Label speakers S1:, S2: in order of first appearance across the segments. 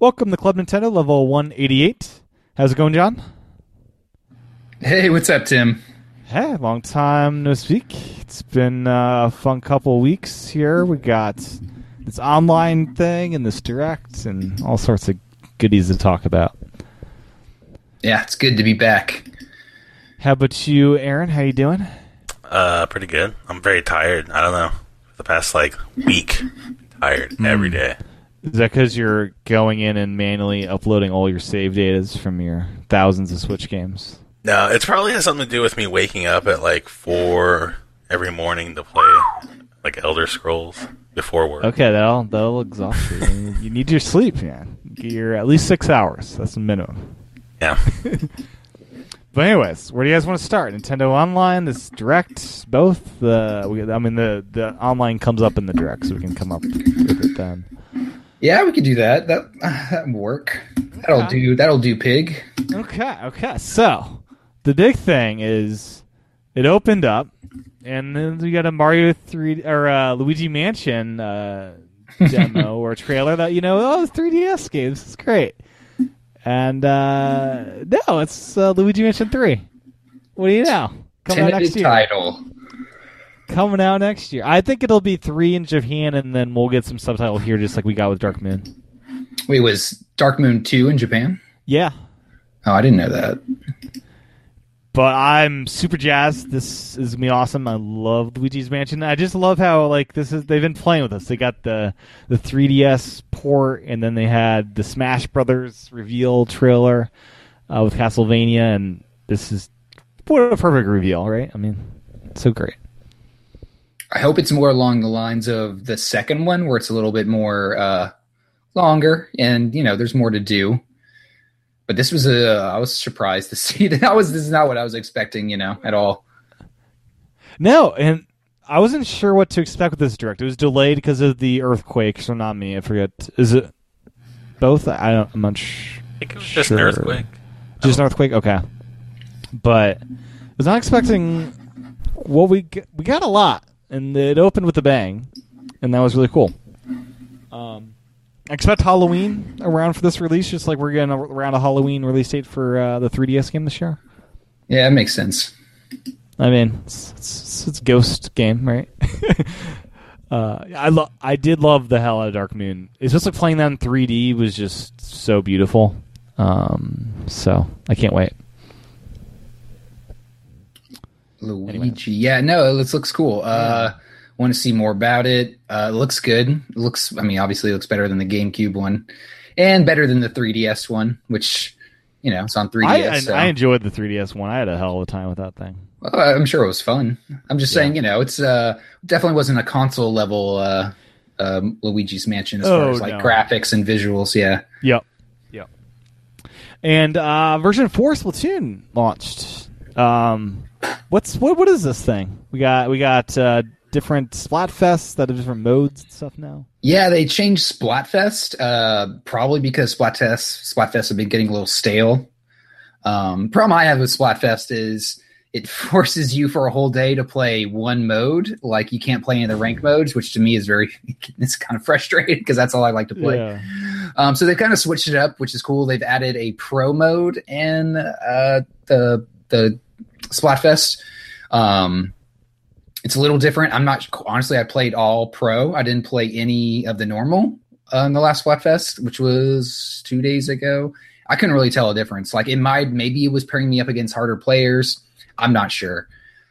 S1: Welcome to Club Nintendo level 188. How's it going, John?
S2: Hey, what's up, Tim?
S1: Hey, long time no speak. It's been uh, a fun couple weeks here. We got this online thing and this direct and all sorts of goodies to talk about.
S2: Yeah, it's good to be back.
S1: How about you, Aaron? How you doing?
S3: Uh, pretty good. I'm very tired. I don't know. The past like week, tired
S1: Hmm.
S3: every day.
S1: Is that because you're going in and manually uploading all your save datas from your thousands of Switch games?
S3: No, it probably has something to do with me waking up at like four every morning to play like Elder Scrolls before work.
S1: Okay, that'll that'll exhaust you. You- you need your sleep, man. Get your at least six hours. That's the minimum.
S3: Yeah.
S1: But anyways, where do you guys want to start? Nintendo Online, this direct, both the we, I mean the the online comes up in the direct, so we can come up with it then.
S2: Yeah, we could do that. That that'll work. That'll
S1: Okay.
S2: do. That'll do, pig.
S1: Okay, okay. So the big thing is it opened up, and then we got a Mario three or uh, Luigi Mansion uh, demo or trailer that you know, oh, it's 3DS games, it's great. And uh, no, it's uh, Luigi Mansion three. What do you know? Coming out next
S2: Tentative
S1: year.
S2: title.
S1: Coming out next year. I think it'll be three in Japan, and then we'll get some subtitle here, just like we got with Dark Moon.
S2: Wait, was Dark Moon two in Japan?
S1: Yeah.
S2: Oh, I didn't know that.
S1: but I'm super jazzed. This is gonna be awesome. I love Luigi's Mansion. I just love how like this is. They've been playing with us. They got the the 3DS port, and then they had the Smash Brothers reveal trailer uh, with Castlevania, and this is what a perfect reveal, right? I mean, so great.
S2: I hope it's more along the lines of the second one, where it's a little bit more uh, longer, and you know, there's more to do. But this was a. I was surprised to see that. I was. This is not what I was expecting. You know, at all.
S1: No, and I wasn't sure what to expect with this direct. It was delayed because of the earthquake, so not me. I forget. Is it both? I don't. I'm not sure.
S3: I think it was just an
S1: Sure.
S3: earthquake.
S1: Just an earthquake. Okay, but I was not expecting what we g- we got a lot, and it opened with a bang, and that was really cool. Um, I expect Halloween around for this release, just like we're getting around a Halloween release date for uh, the 3DS game this year.
S2: Yeah, it makes sense.
S1: I mean, it's it's, it's a ghost game, right? uh, I lo- I did love the hell out of Dark Moon. It's just like playing that in 3D was just so beautiful. Um, so I can't wait.
S2: Luigi.
S1: Anyway.
S2: Yeah, no, this looks cool. Uh, Want to see more about it? Uh, it looks good. It looks, I mean, obviously, it looks better than the GameCube one, and better than the 3DS one, which you know it's on 3DS.
S1: I, I,
S2: so.
S1: I enjoyed the 3DS one. I had a hell of a time with that thing.
S2: Well, I'm sure it was fun. I'm just saying, you know, it's uh, definitely wasn't a console level uh, um, Luigi's Mansion as far
S1: Oh,
S2: as like
S1: no.
S2: graphics and visuals. Yeah,
S1: Yep. Yep. And uh, version four Splatoon launched. Um, what's what? What is this thing? We got we got uh, different Splatfests that have different modes and stuff now.
S2: yeah, they changed Splatfest, uh, probably because Splatfest Splatfest have been getting a little stale. Um, problem I have with Splatfest is it forces you for a whole day to play one mode. Like you can't play any of the rank modes, which to me is very it's kind of frustrating because that's all I like to play. Um, so they've kind of switched it up, which is cool. They've added a pro mode in uh, the the Splatfest. Um, it's a little different. I'm not honestly. I played all pro. I didn't play any of the normal uh, in the last Splatfest, which was two days ago. I couldn't really tell a difference. Like it might maybe it was pairing me up against harder players. I'm not sure.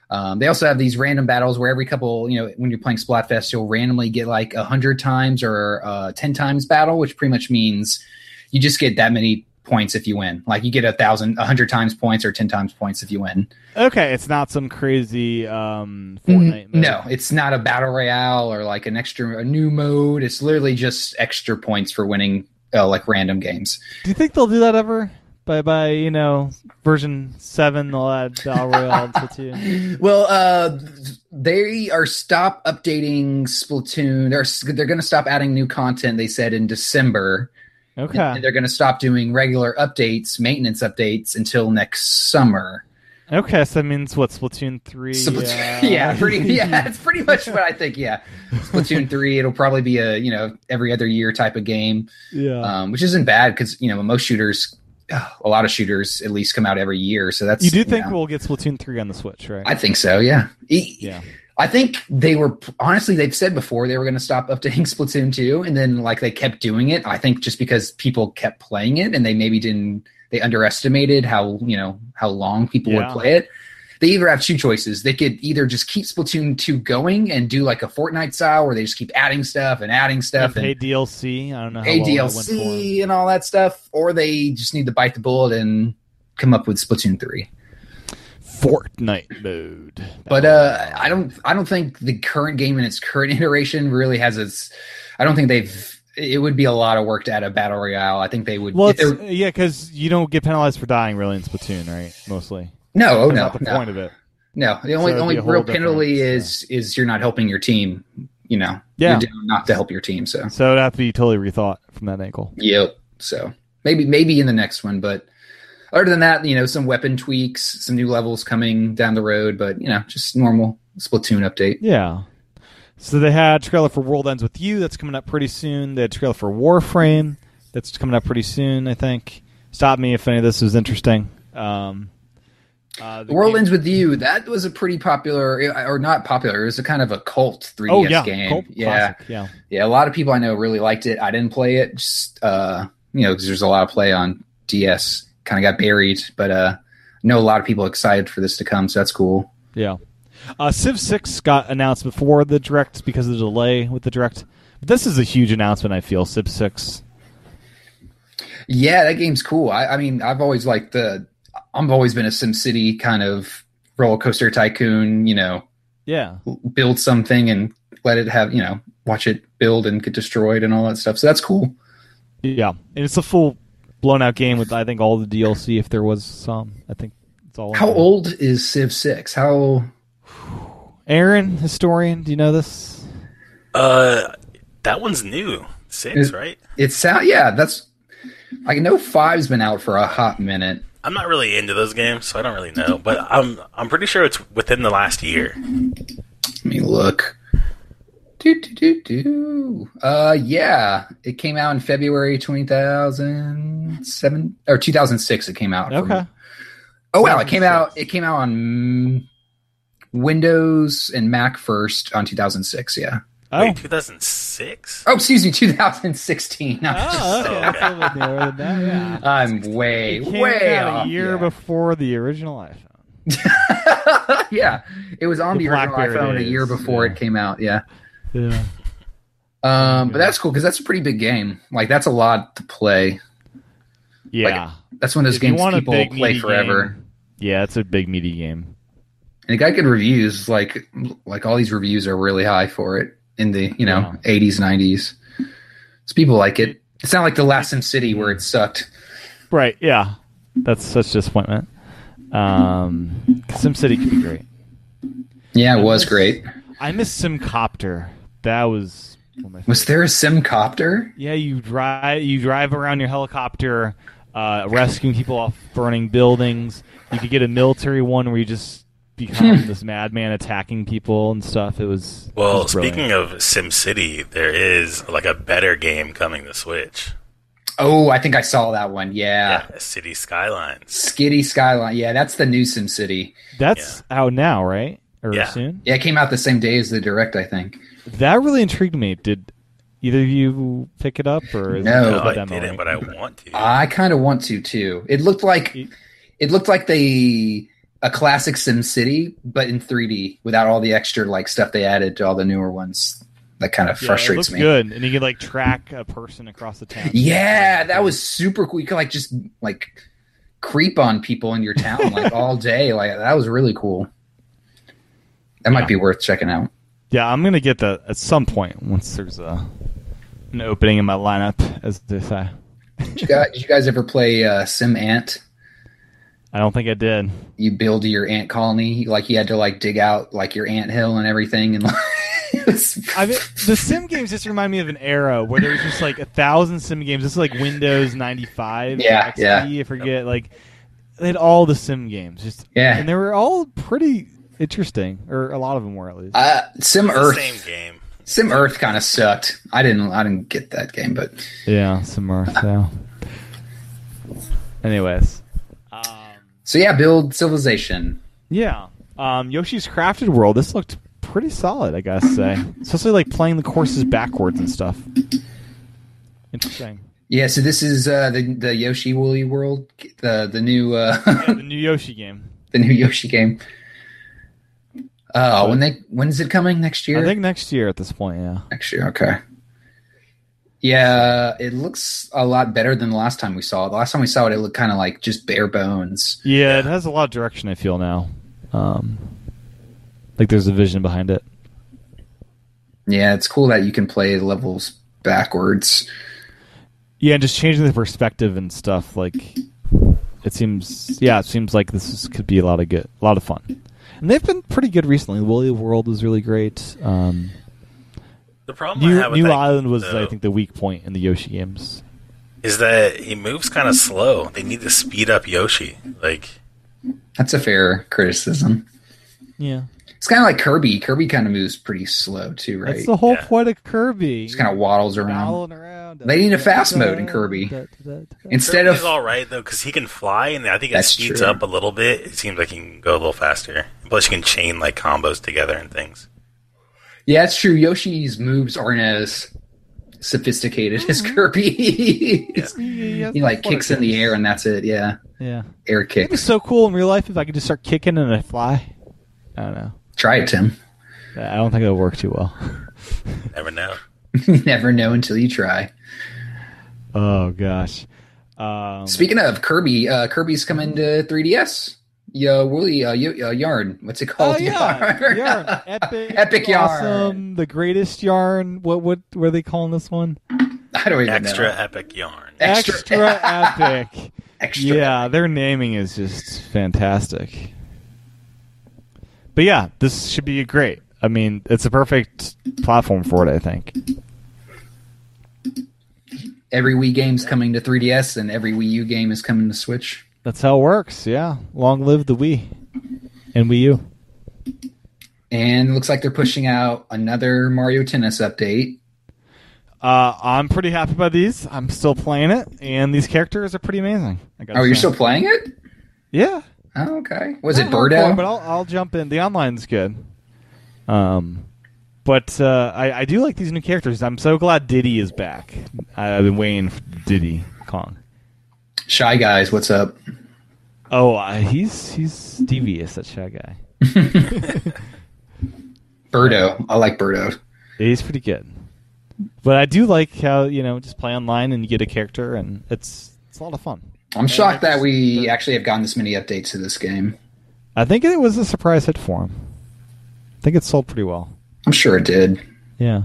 S2: Um, they also have these random battles where every couple, you know, when you're playing Splatfest, you'll randomly get like a hundred times or uh, ten times battle, which pretty much means you just get that many points if you win. Like you get a thousand, a hundred times points or ten times points if you win.
S1: Okay, it's not some crazy um, Fortnite. mode.
S2: Mm-hmm. No, it's not a battle royale or like an extra a new mode. It's literally just extra points for winning uh, like random games.
S1: Do you think they'll do that ever? By by, you know, version seven, they'll add Battle Royale and Splatoon.
S2: Well, uh, they are stop updating Splatoon. They're they're going to stop adding new content. They said in December. And uh,
S1: Okay.
S2: they're going to stop doing regular updates, maintenance updates until next summer.
S1: Okay, so that means what Splatoon three? uh,
S2: Splatoon, yeah, pretty. Yeah, that's pretty much what I think. Yeah, Splatoon three. It'll probably be a you know every other year type of game,
S1: yeah.
S2: um, which isn't bad because you know most shooters, a lot of shooters at least come out every year. So that's
S1: you do think
S2: know,
S1: we'll get Splatoon three on the Switch, right?
S2: I think so. Yeah. E-
S1: yeah.
S2: I think they were honestly they've said before they were going to stop updating Splatoon 2 and then like they kept doing it. I think just because people kept playing it and they maybe didn't they underestimated how, you know, how long people would
S1: Yeah.
S2: play it. They either have two choices. They could either just keep Splatoon 2 going and do like a Fortnite style where they just keep adding stuff and adding stuff
S1: And
S2: and,
S1: pay DLC. I don't know how
S2: a
S1: well that went
S2: DLC and all that stuff or they just need to bite the bullet and come up with Splatoon 3.
S1: for him. Fortnite mode.
S2: But uh, I don't I don't think the current game in its current iteration really has its. I don't think they've. It would be a lot of work to add a battle royale. I think they would.
S1: Well,
S2: if
S1: it's,
S2: they-
S1: yeah, because you don't get penalized for dying really in Splatoon, right? Mostly.
S2: no, oh
S1: That's
S2: no,
S1: not the
S2: no,
S1: point of it.
S2: no. The only
S1: So it'd be
S2: only
S1: a whole
S2: real
S1: different-
S2: penalty is is you're not helping your team. You know,
S1: Yeah.
S2: you're down not to help your team. So
S1: So it'd have to be totally rethought from that angle.
S2: yep. So maybe maybe in the next one, but other than that, you know, some weapon tweaks, some new levels coming down the road, but you know, just normal Splatoon update.
S1: Yeah. So they had trailer for World Ends with You that's coming up pretty soon. They had trailer for Warframe that's coming up pretty soon. I think. Stop me if any of this is interesting. Um, uh,
S2: The World
S1: game-
S2: Ends With You, that was a pretty popular, or not popular, it was a kind of a cult 3DS
S1: Oh yeah,
S2: game.
S1: Cult
S2: yeah.
S1: classic. Yeah.
S2: Yeah. A lot of people I know really liked it. I didn't play it, just, uh, you know, because there's a lot of play on DS, kind of got buried, but, uh, I know a lot of people excited for this to come, so that's cool.
S1: Yeah. Uh, Civ 6 got announced before the direct because of the delay with the direct. But this is a huge announcement, I feel. Civ 6.
S2: Yeah, that game's cool. I, I mean, I've always liked the, I've always been a SimCity kind of roller coaster tycoon, you know,
S1: Yeah.
S2: build something and let it have, you know, watch it build and get destroyed and all that stuff. So that's cool.
S1: Yeah. And it's a full blown out game with, I think, all the DLC if there was some. I think it's all. in
S2: How
S1: there.
S2: old is Civ Six? How
S1: Aaron, historian, do you know this?
S3: Uh, that one's new. Six,
S2: Is-
S3: right?
S2: it sound? Yeah, that's. I know five's been out for a hot minute.
S3: I'm not really into those games, so I don't really know. But I'm I'm pretty sure it's within the last year.
S2: Let me look. Do do do do. Uh, yeah, it came out in February 2007 or 2006. It came out. for me.
S1: Okay.
S2: Oh wow, it came
S1: 2006.
S2: out. It came out on mm, Windows and Mac first on 2006. Yeah.
S1: Oh.
S3: Wait, 2006?
S2: Oh, excuse me, 2016.
S1: Oh,
S2: I'm just-
S1: okay. That's a little bit newer than that, yeah.
S2: I'm way,
S1: It came
S2: way
S1: out
S2: off.
S1: a year
S2: yeah.
S1: before the original iPhone.
S2: yeah, it was on
S1: The
S2: the, original
S1: BlackBerry
S2: iPhone a
S1: days,
S2: year before
S1: yeah. Mhm.
S2: it came out. Yeah,
S1: Yeah.
S2: um, but that's cool because that's a pretty big game. Like that's a lot to play.
S1: Yeah.
S2: That's one of those
S1: If you
S2: games
S1: want a
S2: people
S1: big,
S2: play
S1: meaty
S2: forever,
S1: game- yeah, it's a big meaty game.
S2: and it got good reviews. Like like all these reviews are really high for it in the you know eighties nineties. So people like it. It's not like the last SimCity City where it sucked.
S1: Right. Yeah. That's such disappointment. Um, SimCity could be great.
S2: Yeah, it was great.
S1: I miss SimCopter. That was one of my
S2: Was
S1: favorites.
S2: there a SimCopter?
S1: Yeah, you drive you drive around your helicopter, uh, rescuing people off burning buildings. You could get a military one where you just become this madman attacking people and stuff. It was it
S3: Well,
S1: was brilliant.
S3: speaking of SimCity, there is like a better game coming to Switch.
S2: Oh, I think I saw that one. Yeah.
S3: Yeah, City Skylines.
S2: Skitty Skyline. Yeah, that's the new SimCity.
S1: that's out now, right? Or
S3: Yeah.
S1: soon?
S2: Yeah, it came out the same day as the direct, I think.
S1: That really intrigued me. Did either of you pick it up or is
S2: No.
S1: it
S3: No,
S1: just a
S3: I
S1: demo,
S3: didn't,
S1: right?
S3: but I want to.
S2: I kind of want to too. It looked like it looked like they a classic Sim City, but in 3D without all the extra like stuff they added to all the newer ones. That kind of
S1: Yeah, it
S2: frustrates
S1: looks
S2: me.
S1: good, and you can like track a person across the town.
S2: Yeah, that was super cool. You could like just like creep on people in your town like all day. Like that was really cool. That might
S1: Yeah.
S2: be worth checking out.
S1: Yeah, I'm gonna get that at some point once there's a an opening in my lineup, as they say.
S2: Did you guys, did you guys ever play uh, Sim Ant?
S1: I don't think I did.
S2: you build your ant colony like you had to like dig out like your ant hill and everything and like it was-
S1: I mean, the sim games just remind me of an era where there was just like a thousand sim games. This is like Windows 95,
S2: Yeah,
S1: XP, I forget. Like they had all the sim games, just
S2: Yeah.
S1: and they were all pretty interesting, or a lot of them were at least.
S2: Uh, Sim
S3: It's
S2: Earth,
S3: the same game.
S2: Sim Earth kind of sucked. I didn't, I didn't get that game, but
S1: yeah, some are. So, anyways, um,
S2: so yeah, build civilization.
S1: yeah, um, Yoshi's Crafted World. This looked pretty solid, I gotta say, especially like playing the courses backwards and stuff. Interesting.
S2: Yeah, so this is uh, the the Yoshi Woolly World, the the new uh,
S1: Yeah, the new Yoshi game.
S2: the new Yoshi game. Uh, when they when is it coming next year?
S1: I think next year at this point. Yeah.
S2: next year. Okay. Yeah, it looks a lot better than the last time we saw it. The last time we saw it, it looked kind of like just bare bones.
S1: Yeah, it has a lot of direction. I feel now, um, like there's a vision behind it.
S2: Yeah, it's cool that you can play levels backwards.
S1: Yeah, and just changing the perspective and stuff. Like, it seems. Yeah, it seems like this is, could be a lot of good, a lot of fun. And they've been pretty good recently. Woolly World was really great. Um,
S3: The problem I
S1: New,
S3: have with
S1: New
S3: that,
S1: Island was,
S3: though,
S1: I think, the weak point in the Yoshi games.
S3: is that he moves kind of slow. They need to speed up Yoshi. Like,
S2: That's a fair criticism.
S1: Yeah,
S2: It's kind of like Kirby. Kirby kind of moves pretty slow too, right?
S1: that's the whole
S3: Yeah.
S1: point of Kirby.
S2: just kind of waddles around.
S1: Dowling around.
S2: They need a fast mode in Kirby. Instead
S3: Kirby's
S2: of
S3: all right though because he can fly, and I think it
S2: That's
S3: speeds
S2: true.
S3: up a little bit. It seems like he can go a little faster. Plus, you can chain like combos together and things.
S2: yeah, it's true. Yoshi's moves aren't as sophisticated as
S1: Mm-hmm.
S2: Kirby. he like kicks in the air and that's it. Yeah,
S1: Yeah.
S2: air
S1: It'd be
S2: kicks.
S1: so cool in real life if I could just start kicking and I fly. I don't know.
S2: Try it, Tim.
S1: I don't think it'll work too well.
S3: Never know.
S2: you never know until you try.
S1: Oh gosh. Um,
S2: Speaking of Kirby, uh, Kirby's coming to 3DS. Yo, Wooly, uh, y- uh, Yarn. What's it
S1: oh
S2: called?
S1: yeah,
S2: Yarn.
S1: yarn, epic,
S2: Epic yarn.
S1: awesome, the greatest yarn. What what were they calling this one?
S2: I don't even
S3: Extra
S2: know.
S3: epic yarn.
S2: Extra-
S1: Extra epic.
S2: Extra.
S1: yeah, their naming is just fantastic. But yeah, this should be great. I mean, it's a perfect platform for it. I think.
S2: Every Wii game's coming to 3DS, and every Wii U game is coming to Switch.
S1: That's how it works. Yeah. Long live the Wii and Wii U.
S2: And it looks like they're pushing out another Mario Tennis update.
S1: Uh, I'm pretty happy about these. I'm still playing it, and these characters are pretty amazing. I gotta
S2: Oh, you're
S1: say.
S2: still playing it?
S1: yeah.
S2: Oh, okay. Was it
S1: Not hardcore,
S2: Birdo?
S1: But I'll, I'll jump in. The online's good. Um, but uh, I, I do like these new characters. I'm so glad Diddy is back. I, I've been waiting for Diddy Kong.
S2: Shy Guys, what's up?
S1: Oh, uh, he's he's devious, that shy guy.
S2: Birdo. I like Birdo.
S1: He's pretty good. But I do like how you know just play online and you get a character, and it's it's a lot of fun.
S2: I'm shocked that we actually have gotten this many updates to this game.
S1: I think it was a surprise hit for him. I think it sold pretty well.
S2: I'm sure it did.
S1: Yeah.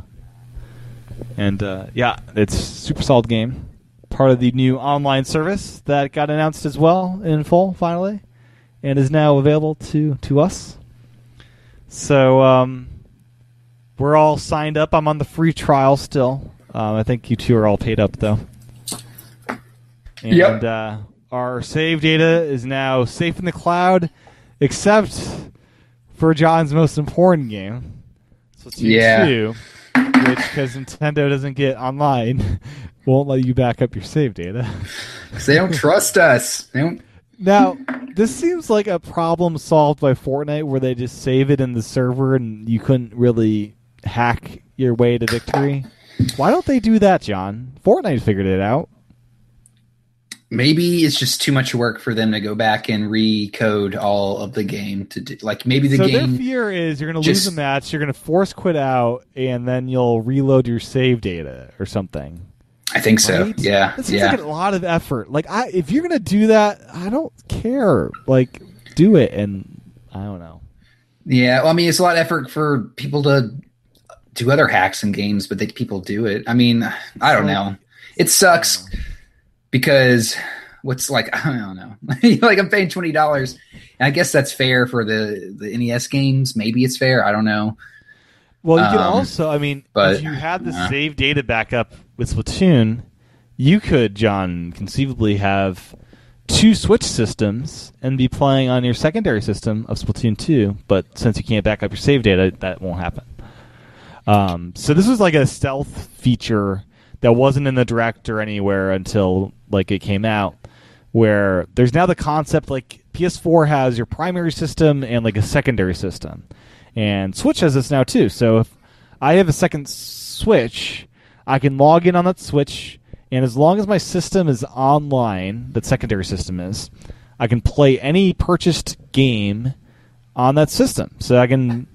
S1: And uh, yeah, it's super solid game. Part of the new online service that got announced as well in full finally, and is now available to to us. So um, we're all signed up. I'm on the free trial still. Um, I think you two are all paid up though. And
S2: Yep.
S1: uh, our save data is now safe in the cloud, except for John's most important game, Splatoon
S2: Yeah.
S1: 2, which because Nintendo doesn't get online, won't let you back up your save data.
S2: 'Cause they don't trust us. They don't
S1: Now, this seems like a problem solved by Fortnite where they just save it in the server and you couldn't really hack your way to victory. Why don't they do that, John? Fortnite figured it out.
S2: maybe it's just too much work for them to go back and recode all of the game to do, like maybe the
S1: so their
S2: game
S1: fear is you're going to lose
S2: just-
S1: a match, you're going to force quit out, and then you'll reload your save data or something.
S2: i think so
S1: Right?
S2: yeah
S1: That seems
S2: yeah
S1: like a lot of effort. Like, I if you're gonna do that, I don't care. Like, do it, and I don't know.
S2: yeah well, i mean it's a lot of effort for people to do other hacks and games but they people do it i mean i don't
S1: So-
S2: know it sucks because what's like i don't know like i'm paying $20 and i guess that's fair for the the nes games maybe it's fair i don't know
S1: Well, you can
S2: Um,
S1: also, I mean,
S2: but-
S1: if you had the
S2: yeah.
S1: save data backup with Splatoon, you could, John, conceivably have two Switch systems and be playing on your secondary system of Splatoon 2, but since you can't back up your save data, that won't happen. Um, so this was like a stealth feature that wasn't in the direct or anywhere until like it came out. Where there's now the concept like PS4 has your primary system and like a secondary system, and Switch has this now too. So if I have a second Switch, I can log in on that Switch, and as long as my system is online, that secondary system is, I can play any purchased game on that system. So I can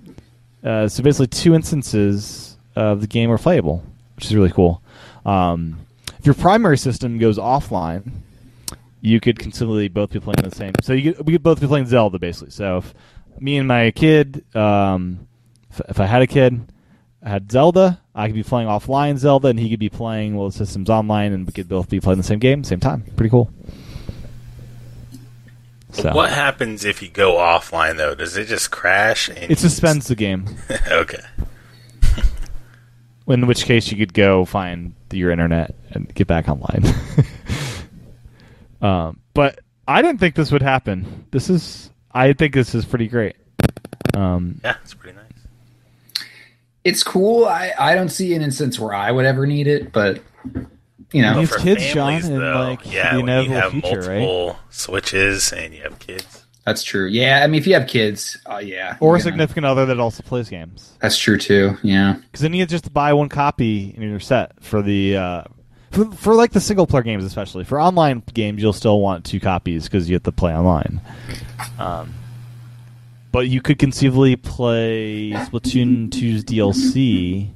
S1: uh, so basically two instances of the game are playable, which is really cool. Um, if your primary system goes offline, you could conceivably both be playing the same. So you could, we could both be playing Zelda basically. So if me and my kid, um, if, if I had a kid, I had Zelda, I could be playing offline Zelda, and he could be playing well the system's online, and we could both be playing the same game, same time. Pretty cool. So
S3: What happens if you go offline though? Does it just crash? And
S1: it suspends the game.
S3: okay.
S1: In which case, you could go find your internet and get back online. um, but I didn't think this would happen. This is, I think this is pretty great. Um,
S3: Yeah, it's pretty nice.
S2: It's cool. I, I don't see an instance where I would ever need it, but you know,
S1: Well, It's
S3: For
S1: kids,
S3: families,
S1: Sean, and,
S3: though,
S1: like,
S3: yeah,
S1: the
S3: when you
S1: inevitable
S3: have
S1: future, right?
S3: multiple switches and you have kids.
S2: that's true. Yeah, I mean, if you have kids, uh, yeah,
S1: or a
S2: you know,
S1: significant other that also plays games,
S2: That's true too. Yeah,
S1: because then you just buy one copy and you're set for the. Uh, for, for like the single player games especially for online games you'll still want two copies because you have to play online um, but you could conceivably play splatoon 2's dlc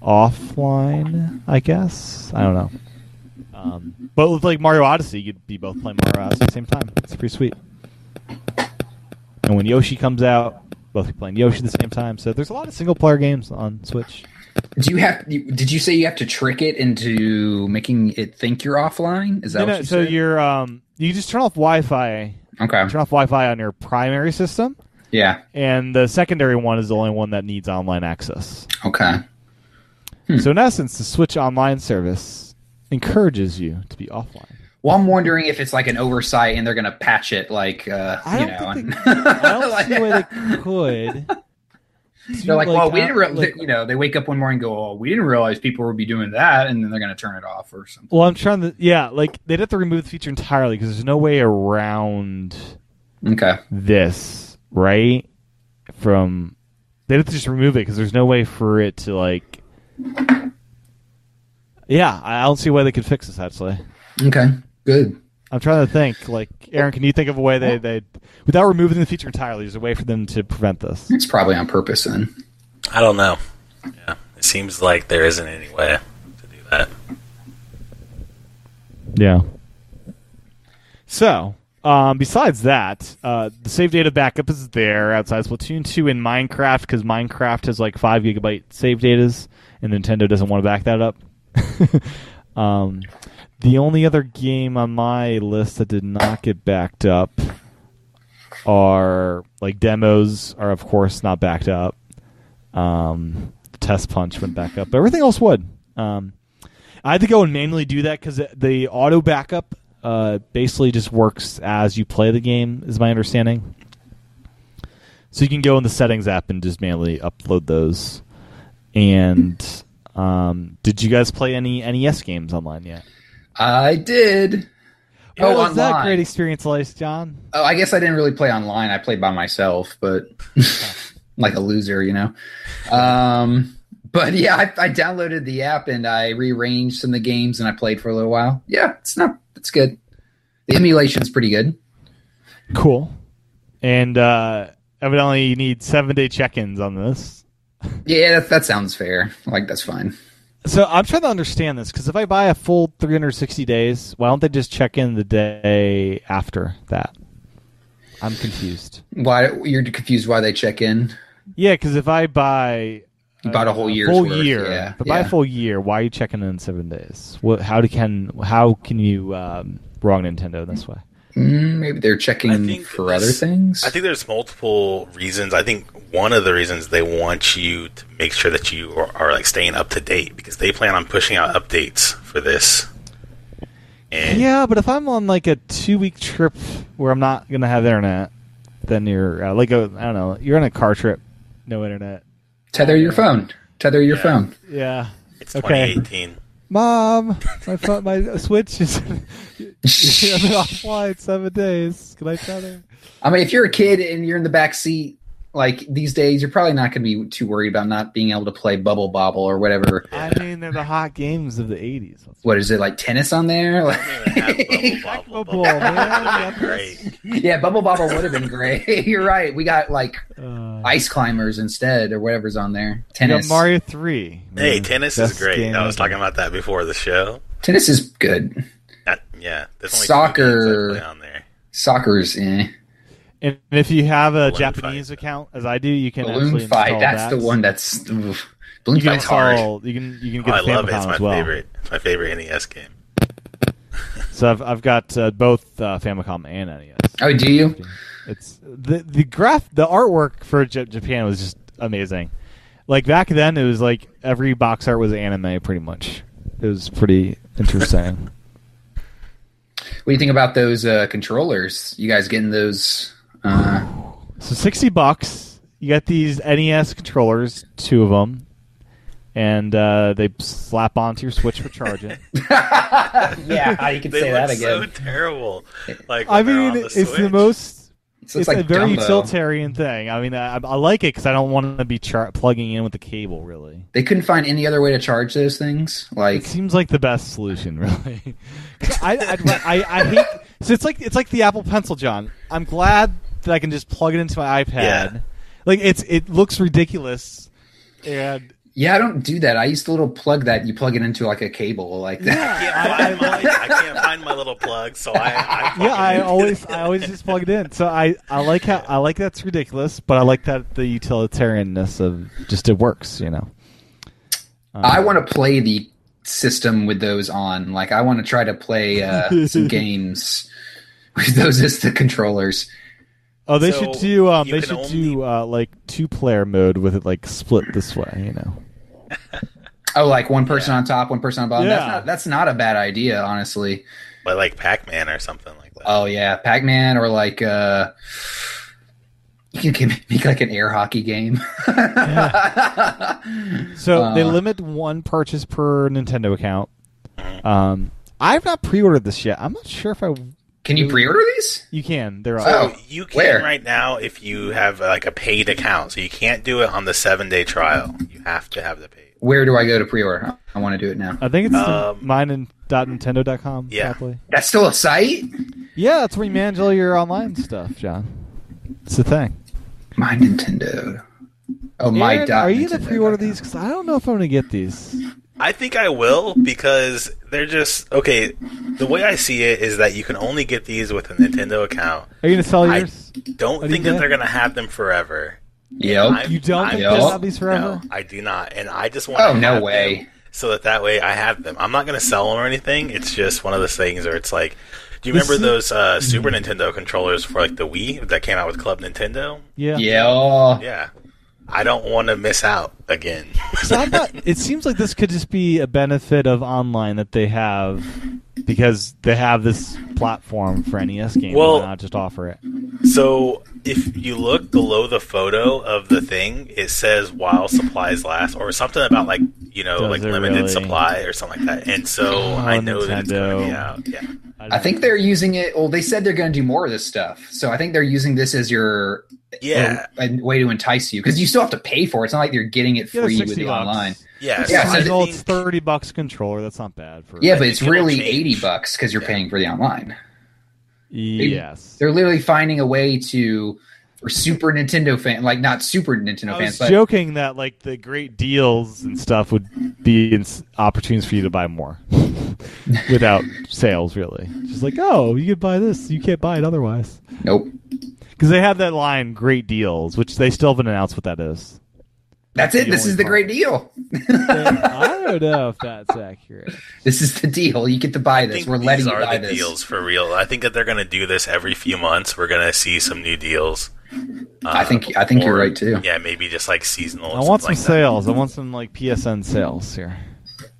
S1: offline, I guess. I don't know. Um, but with like Mario Odyssey, you'd be both playing Mario Odyssey at the same time. It's pretty sweet. And when Yoshi comes out, both be playing Yoshi at the same time. So there's a lot of single player games on Switch.
S2: do you have? you- Did you say you have to trick it into making it think you're offline? Is that
S1: No,
S2: what
S1: no,
S2: you
S1: so
S2: said?
S1: you're um, you just turn off Wi-Fi.
S2: okay?
S1: Turn off Wi-Fi on your primary system,
S2: Yeah.
S1: and the secondary one is the only one that needs online access.
S2: Okay. Hmm.
S1: So in essence, the Switch Online service encourages you to be offline.
S2: Well, I'm wondering if it's like an oversight and they're going to patch it, like uh,
S1: I
S2: you
S1: don't
S2: know,
S1: think
S2: and-
S1: I don't see why
S2: like,
S1: they could.
S2: they're like, well, we didn't,
S1: how-
S2: re-
S1: like-
S2: you know, they wake up one morning and go, oh, we didn't realize people would be doing that, and then they're going to turn it off or something.
S1: well, I'm trying to. Yeah, like they'd have to remove the feature entirely because there's no way around
S2: Okay,
S1: this, right? From they'd have to just remove it because there's no way for it to like. Yeah, I I don't see why they could fix this. Actually,
S2: okay, good.
S1: I'm trying to think. Like, Aaron, can you think of a way they they without removing the feature entirely? There's a way for them to prevent this.
S2: It's probably on purpose then.
S3: I don't know. Yeah, it seems like there isn't any way to do that.
S1: Yeah. So, um, besides that, uh, the save data backup is there outside Splatoon 2 in Minecraft because Minecraft has like 5 gigabyte save datas, and Nintendo doesn't want to back that up. um, the only other game on my list that did not get backed up are like demos are of course not backed up. Um, test punch went back up, but everything else would. Um, I had to go and manually do that because the auto backup uh, basically just works as you play the game, is my understanding. So you can go in the settings app and just manually upload those. And um, did you guys play any NES games online yet?
S2: I did. Oh,
S1: What was that
S2: online.
S1: great experience, like John?
S2: Oh, I guess I didn't really play online. I played by myself, but like a loser, you know. Um, but yeah, I, I downloaded the app and I rearranged some of the games and I played for a little while. Yeah, it's not. It's good. The emulation's pretty good.
S1: Cool. And uh, evidently, you need seven day check ins on this.
S2: Yeah, that, that sounds fair. Like that's fine.
S1: So I'm trying to understand this because if I buy a full 360 days, why don't they just check in the day after that? I'm confused.
S2: Why you're confused? Why they check in?
S1: Yeah, because if I buy
S2: You bought a whole year's
S1: full
S2: worth.
S1: year,
S2: Yeah,
S1: but buy
S2: yeah.
S1: a full year, why are you checking in seven days? What? How do can how can you um, wrong Nintendo this way?
S2: Mm, maybe they're
S3: I
S2: checking
S3: think
S2: for
S3: this-
S2: other things.
S3: I think there's multiple reasons. I think one of the reasons they want you to make sure that you are, are like staying up to date because they plan on pushing out updates for this. And
S1: Yeah, but if I'm on like a two week trip where I'm not gonna have internet, then you're uh, like a I don't know, you're on a car trip, no internet.
S2: Tether your phone. Tether your
S3: Yeah.
S2: phone.
S1: Yeah,
S3: it's
S1: Okay.
S3: 2018.
S1: mom, my phone, my switch is I've been offline seven days. Can I tell her?
S2: I mean, if you're a kid and you're in the back seat, like these days, you're probably not going to be too worried about not being able to play Bubble Bobble or whatever.
S1: I mean, they're the hot games of the '80s.
S2: What is it like tennis on there?
S3: I don't even have Bubble Bubble.
S1: Bubble, man,
S3: That'd
S1: yeah,
S3: be great.
S2: yeah, Bubble Bobble would have been great. you're right. We got like
S1: Uh,
S2: ice climbers instead or whatever's on there.
S1: you got
S2: Tennis.
S1: Mario Three.
S3: Hey,
S1: man,
S3: tennis is
S1: best
S3: great.
S1: game
S3: I was
S1: ever.
S3: talking about that before the show.
S2: tennis is good.
S3: That- yeah, there's only two
S2: Soccer.
S3: games I play on there.
S2: Soccer's eh.
S1: And if you have a
S3: Balloon
S1: Japanese
S3: Fight.
S1: account, as I do, you can
S2: Balloon
S1: actually
S2: fight.
S1: install
S2: That's
S1: that.
S2: the one that's. Oof. Balloon
S1: You can
S2: fight's hard.
S1: install. You can you can
S3: Oh,
S1: get
S3: I
S1: the fan
S3: love it. It's
S1: account
S3: my
S1: as well.
S3: favorite. It's my favorite NES game.
S1: So I've I've got uh, both uh, Famicom and NES.
S2: Oh, do you?
S1: It's the the graph the artwork for J- Japan was just amazing. Like back then, it was like every box art was anime, pretty much. It was pretty interesting.
S2: What do you think about those uh, controllers? You guys getting those? Uh,
S1: so sixty bucks, you got these NES controllers, two of them, and uh, they slap onto your Switch for charging.
S2: yeah, how you can
S3: They
S2: say
S3: look
S2: that
S3: so
S2: again?
S3: terrible. Like
S1: I
S3: when they're on
S1: mean,
S3: the
S1: it's the
S3: Switch.
S1: most
S2: It's,
S1: it's,
S2: like
S1: a very
S2: Dumbo.
S1: utilitarian thing. I mean, I, I like it because I don't want to be char- plugging in with the cable. Really,
S2: They couldn't find any other way to charge those things. Like
S1: it seems like the best solution. Really, 'Cause I, I, I, I hate. So it's like it's like the Apple Pencil, John. I'm glad that I can just plug it into my iPad.
S3: Yeah.
S1: Like it's it looks ridiculous, and
S2: Yeah, I don't do that. I use the little plug that you plug it into like a cable, like that.
S3: I can't, find my, I can't find my little plug, so I, I
S1: yeah, I
S3: fucking-
S1: always I always just plug it in. So I I like how I like that's ridiculous, but I like that the utilitarianness of just it works. You know.
S2: I
S1: Um,
S2: want to play the system with those on. Like I want to try to play uh, some games with those as the controllers.
S1: Oh, they
S3: So,
S1: should do. Um,
S3: you
S1: they
S3: can
S1: should
S3: only-
S1: do uh, like two-player mode with it, like split this way. You know.
S2: Oh, like one person on top, one person on bottom. That's
S1: Yeah.
S2: not that's not a bad idea, honestly.
S3: but like Pac-Man or something like that.
S2: Oh yeah, Pac-Man or like uh you can make like an air hockey game.
S1: So they
S2: Uh.
S1: limit one purchase per Nintendo account. Um, I've not pre-ordered this yet. I'm not sure if I.
S2: Can you pre-order these?
S1: You can. They're
S2: Oh.
S3: So you can
S2: where?
S3: right now if you have like a paid account, so you can't do it on the seven-day trial. You have to have the paid.
S2: Where do I go to pre-order? I want to do it now.
S1: I think it's
S3: Um,
S1: mine and dot nintendo.com.
S3: Yeah.
S1: Probably.
S2: That's still a site?
S1: Yeah, that's where you manage all your online stuff, John. It's the thing.
S2: My Nintendo. Oh, my
S1: Aaron,
S2: dot
S1: are you gonna
S2: Nintendo
S1: pre-order
S2: dot com.
S1: these? Because I don't know if I'm gonna get these.
S3: I think I will because they're just okay. The way I see it is that you can only get these with a Nintendo account.
S1: Are you gonna sell
S3: I-
S1: yours? How
S3: Don't
S1: do you
S3: think that
S1: get-
S3: they're gonna have them forever.
S2: Yep.
S3: I'm-
S1: you don't
S3: I'm
S1: think
S2: Yo.
S1: they'll
S3: just-
S1: have these forever?
S3: No, I do not, and I just want.
S2: oh,
S3: to
S2: no
S3: have
S2: way.
S3: them so that that way I have them. I'm not gonna sell them or anything. It's just one of those things where it's like, do you
S1: This
S3: remember
S1: is-
S3: those uh, Super Nintendo controllers for like the Wii that came out with Club Nintendo?
S1: Yeah.
S2: Yeah.
S3: Yeah, I don't want to miss out again.
S1: So I'm not, it seems like this could just be a benefit of online that they have because they have this platform for NES games.
S3: Well-
S1: Why not just offer it?
S3: So if you look below the photo of the thing, it says while supplies last or something about like you know
S1: Does
S3: like
S1: it
S3: limited
S1: really? Oh,
S3: supply or something like that. And so I know that it's going to be
S1: Nintendo.
S3: out. Yeah.
S2: I think they're using it. Well, they said they're going to do more of this stuff. So I think they're using this as your
S3: Yeah.
S2: a, a way to entice you because you still have to pay for it. It's not like you're getting it
S1: Yeah, they're
S2: free with
S1: 60
S2: the
S1: bucks.
S2: online.
S3: Yeah.
S2: Oh, Yeah,
S3: so
S2: so
S3: I
S1: Well, it's
S3: think-
S1: thirty bucks controller. That's not bad for
S2: Yeah, but
S3: think
S2: it's
S3: it'll
S2: really
S3: change.
S2: 80 bucks because you're paying for the online.
S1: yes.
S2: They're literally finding a way to for Super Nintendo fan, like not Super Nintendo
S1: I
S2: fans,
S1: was
S2: but
S1: joking that like the great deals and stuff would be in- opportunities for you to buy more without sales, really. Just like, oh, you could buy this, you can't buy it otherwise.
S2: nope.
S1: Because they have that line, "Great deals," which they still haven't announced what that is.
S2: That's it.
S1: The
S2: This
S1: only
S2: is the
S1: part.
S2: great deal.
S1: I don't know if that's accurate.
S2: This is the deal. You get to buy
S3: I
S2: this.
S3: think
S2: We're
S3: these
S2: letting you
S3: are
S2: buy
S3: the
S2: this.
S3: deals for real. I think that they're going to do this every few months. We're going to see some new deals.
S2: I
S3: Uh,
S2: think I think you're
S3: or-
S2: right too.
S3: Yeah, maybe just like seasonal. or
S1: I want
S3: something
S1: some
S3: like that.
S1: sales. I want some like PSN sales here.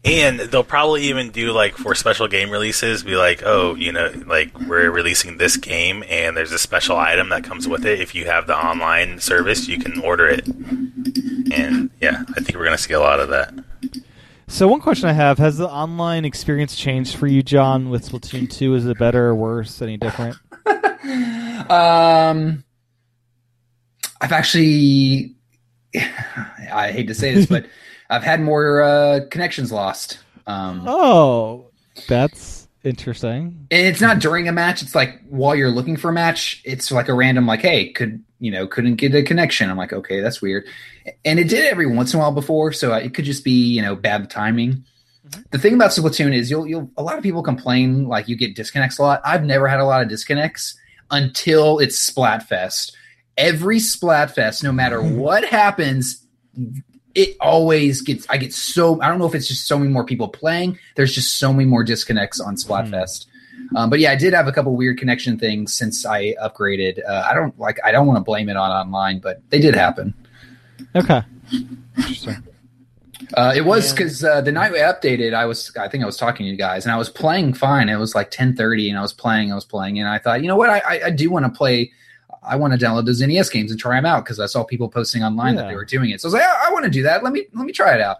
S3: And they'll probably even do like for special game releases, be like, oh, you know, like we're releasing this game, and there's a special item that comes with it. If you have the online service, you can order it. And yeah, I think we're gonna see a lot of that.
S1: So one question I have: Has the online experience changed for you, John, with Splatoon Two? Is it better or worse? Any different?
S2: Um, I've actually, I hate to say this, but I've had more uh, connections lost. Um,
S1: Oh, that's interesting.
S2: and it's not during a match; it's like while you're looking for a match. It's like a random, like, hey, could you know, couldn't get a connection. I'm like, okay, that's weird. And it did every once in a while before, so it could just be you know bad timing. The thing about Splatoon is you'll you'll a lot of people complain like you get disconnects a lot. I've never had a lot of disconnects until it's Splatfest. Every Splatfest, no matter what happens, it always gets. I get so I don't know if it's just so many more people playing. There's just so many more disconnects on Splatfest. Um, but yeah, I did have a couple weird connection things since I upgraded. Uh, I don't like. I don't want to blame it on online, but they did happen.
S1: Okay. Interesting.
S2: Uh, it was because uh, the night we updated, I was I think I was talking to you guys, and I was playing fine. It was like ten thirty, and I was playing, I was playing, and I thought, you know what, I I, I do want to play. I want to download those NES games and try them out because I saw people posting online that
S1: Yeah.
S2: they were doing it. So I was like, "Oh, I want to do that. Let me let me try it out.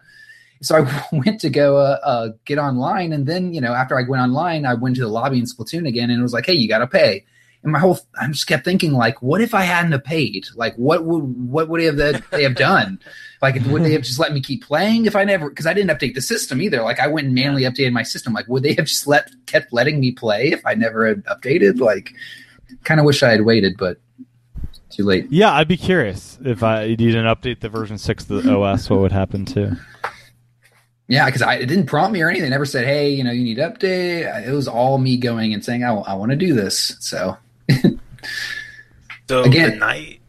S2: So I went to go uh, uh, get online, and then you know after I went online, I went to the lobby in Splatoon again, and it was like, hey, you got to pay. And my whole I just kept thinking like, what if I hadn't have paid? Like, what would what would they have they have done? Like, would they have just let me keep playing if I never? Because I didn't update the system either. Like, I went and manually updated my system. Like, would they have just let kept letting me play if I never had updated? Like, kind of wish I had waited, but too late.
S1: Yeah, I'd be curious if I you didn't update the version six of the OS, what would happen to?
S2: Yeah, because I it didn't prompt me or anything. They never said, hey, you know, you need to update. I- It was all me going and saying, I, want to do this. So,
S3: So
S2: Again-
S3: the night.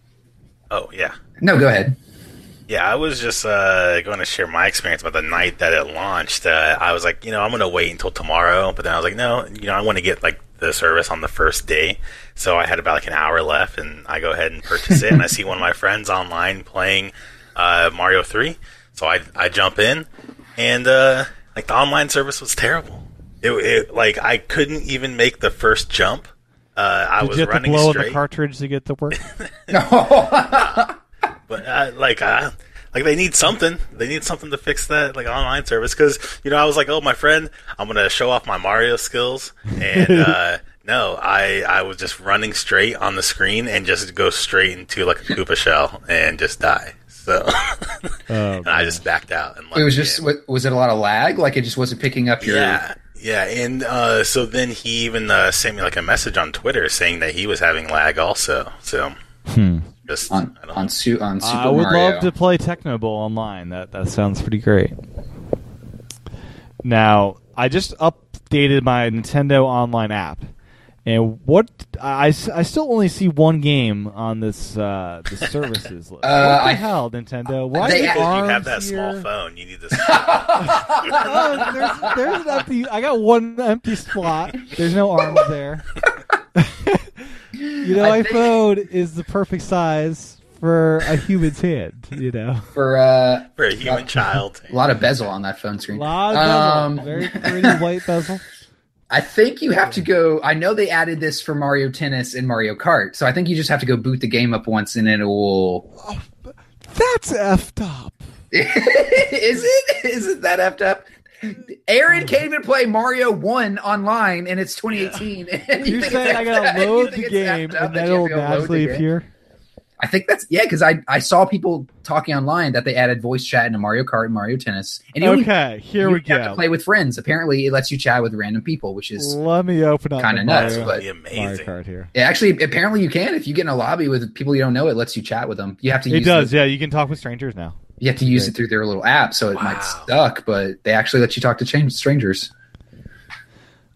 S3: Oh yeah,
S2: no, go ahead.
S3: yeah. I was just uh, going to share my experience about the night that it launched. Uh, I was like, you know, I'm going to wait until tomorrow, but then I was like, no, you know, I want to get like the service on the first day. So I had about like an hour left, and I go ahead and purchase it. and I see one of my friends online playing uh, Mario Three, so I I jump in, and uh, like the online service was terrible. It, it like I couldn't even make the first jump. Uh, I
S1: Did
S3: was
S1: you have to
S3: running
S1: blow on the
S3: straight.
S1: cartridge to get to work?
S3: But uh, like, uh, like they need something. They need something to fix that like online service because you know I was like, oh my friend, I'm gonna show off my Mario skills, and uh, no, I I was just running straight on the screen and just go straight into like a Koopa shell and just die. So
S1: Oh,
S3: and I just backed out and left
S2: it was
S3: the
S2: just
S3: game.
S2: wa- was it a lot of lag? Like it just wasn't picking up your.
S3: Yeah, yeah, and uh, so then he even uh, sent me like a message on Twitter saying that he was having lag also. So
S1: Hmm.
S3: just
S2: on
S3: I don't
S2: on, su- on Super
S1: I would
S2: Mario.
S1: love to play Technoball online. That that sounds pretty great. Now, I just updated my Nintendo Online app, and what I, I still only see one game on this uh, the services list. what the
S2: I-
S1: hell, Nintendo? Why
S2: They-
S1: are
S3: Because
S1: arms
S3: you have that small
S1: here?
S3: phone, you need this.
S1: Oh, there's, there's an empty. I got one empty slot. There's no arms there. you know,
S2: I
S1: my
S2: think-
S1: phone is the perfect size for a human's hand. You know.
S2: for uh,
S3: for a human child.
S2: a lot of bezel on that phone screen.
S1: Lot of bezel.
S2: Um,
S1: Very pretty white bezel.
S2: I think you have to go. I know they added this for Mario Tennis and Mario Kart, so I think you just have to go boot the game up once, and it will.
S1: That's effed up.
S2: is it? Is it that effed up? Aaron can't even play Mario One online, and it's 2018. And you
S1: You're
S2: think
S1: saying
S2: it's
S1: I
S2: effed up?
S1: gotta
S2: You
S1: load
S2: think
S1: the
S2: it's
S1: game
S2: effed up
S1: and
S2: that
S1: that'll
S2: you have to go load the
S1: naturally
S2: game?
S1: appear?
S2: I think that's yeah, because I I saw people talking online that they added voice chat into Mario Kart and Mario Tennis, and you only
S1: Okay, here
S2: you
S1: we
S2: have to
S1: go.
S2: play with friends. Apparently, it lets you chat with random people, which is
S1: Let me open up
S2: Kinda
S1: the
S2: nuts,
S1: Mario,
S2: but-
S3: That'd be
S1: Mario
S3: amazing.
S1: Kart here.
S2: Yeah, actually. Apparently, you can if you get in a lobby with people you don't know. It lets you chat with them. You have to.
S1: It
S2: Use
S1: does,
S2: the-
S1: yeah. You can talk with strangers now.
S2: you have to use it through their little app, so it
S3: Wow.
S2: might suck. But they actually let you talk to change strangers.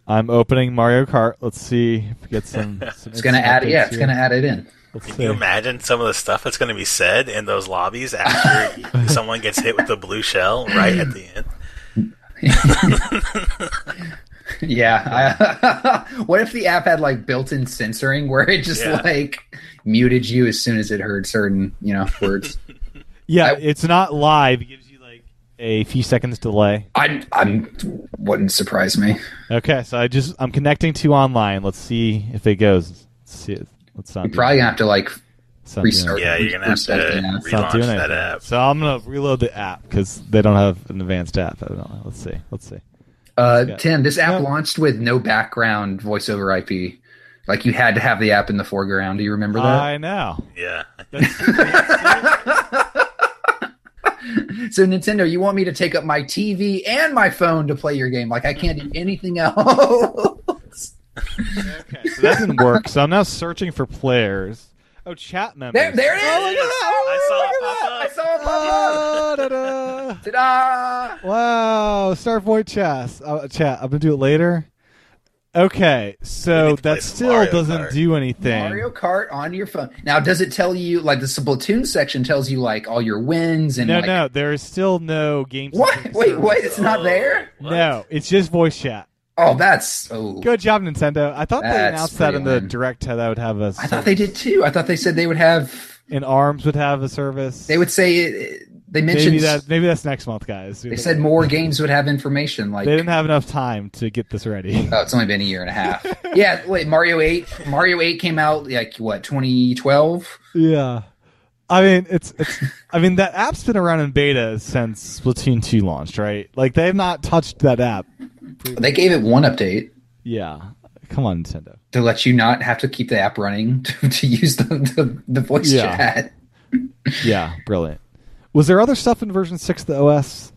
S1: I'm opening Mario Kart. Let's see if we get some. some
S2: It's gonna add. Yeah, it's gonna add it in.
S1: Let's
S3: Can you
S1: see.
S3: imagine some of the stuff that's going to be said in those lobbies after someone gets hit with the blue shell right at the end?
S2: Yeah. I- what if the app had like built-in censoring where it just
S3: Yeah.
S2: like muted you as soon as it heard certain you know words?
S1: Yeah,
S2: I-
S1: it's not live. It gives you like a a few seconds delay.
S2: I I'm wouldn't surprise me.
S1: Okay, so I just I'm connecting to online. Let's see if it goes. Let's see it. Let's not
S2: You probably have to like
S1: it's not doing
S2: restart.
S1: it.
S3: Yeah, you're gonna have
S2: restart
S3: to
S2: the app.
S1: It's not
S3: relaunch
S1: doing anything.
S3: that app.
S1: So I'm gonna reload the app because they don't have an advanced app. I don't know. Let's see. Let's see.
S2: Uh,
S1: Yeah.
S2: Tim, this app
S1: Yeah.
S2: launched with no background voice over IP. Like you had to have the app in the foreground. Do you remember that?
S1: I know.
S3: Yeah.
S1: That's-
S2: so Nintendo, you want me to take up my TV and my phone to play your game? Like I can't do anything else.
S1: okay, so that didn't work. So I'm now searching for players. Oh, chat members.
S2: there, there it is.
S3: Oh, look at that.
S2: I
S3: I
S2: saw
S3: saw
S2: it pop up.
S1: Ah, da-da.
S2: Ta-da!
S1: Wow, Starboy Chess. Uh, chat. I'm gonna do it later. Okay,
S3: We
S1: so
S3: need to play
S1: that
S3: some
S1: still
S3: Mario
S1: doesn't
S3: Kart.
S1: do anything.
S2: Mario Kart on your phone. Now, does it tell you like the Splatoon section tells you like all your wins and
S1: no,
S2: like,
S1: no, there is still no game.
S2: What?
S1: system
S2: Wait,
S1: service.
S2: wait, it's not
S3: Oh,
S2: there.
S3: what?
S1: No, it's just voice chat.
S2: Oh, that's oh.
S1: Good job, Nintendo. I thought they
S2: That's
S1: announced that
S2: pretty
S1: in the
S2: lame.
S1: direct how that would have a
S2: I thought they did too. I thought they said they would have.
S1: and Arms would have a service.
S2: They would say it, it- they mentioned.
S1: maybe that maybe that's next month, guys.
S2: they said more games would have information. Like
S1: they didn't have enough time to get this ready.
S2: oh, it's only been a year and a half. yeah, wait, Mario Eight. Mario Eight came out like what 2012.
S1: yeah, I mean it's it's. I mean that app's been around in beta since Splatoon two launched, right? Like they've not touched that app.
S2: They gave it one update
S1: Yeah, come on, Nintendo.
S2: to let you not have to keep the app running to, to use the the, the voice
S1: Yeah.
S2: chat.
S1: Yeah, brilliant. Was there other stuff in version six of the OS?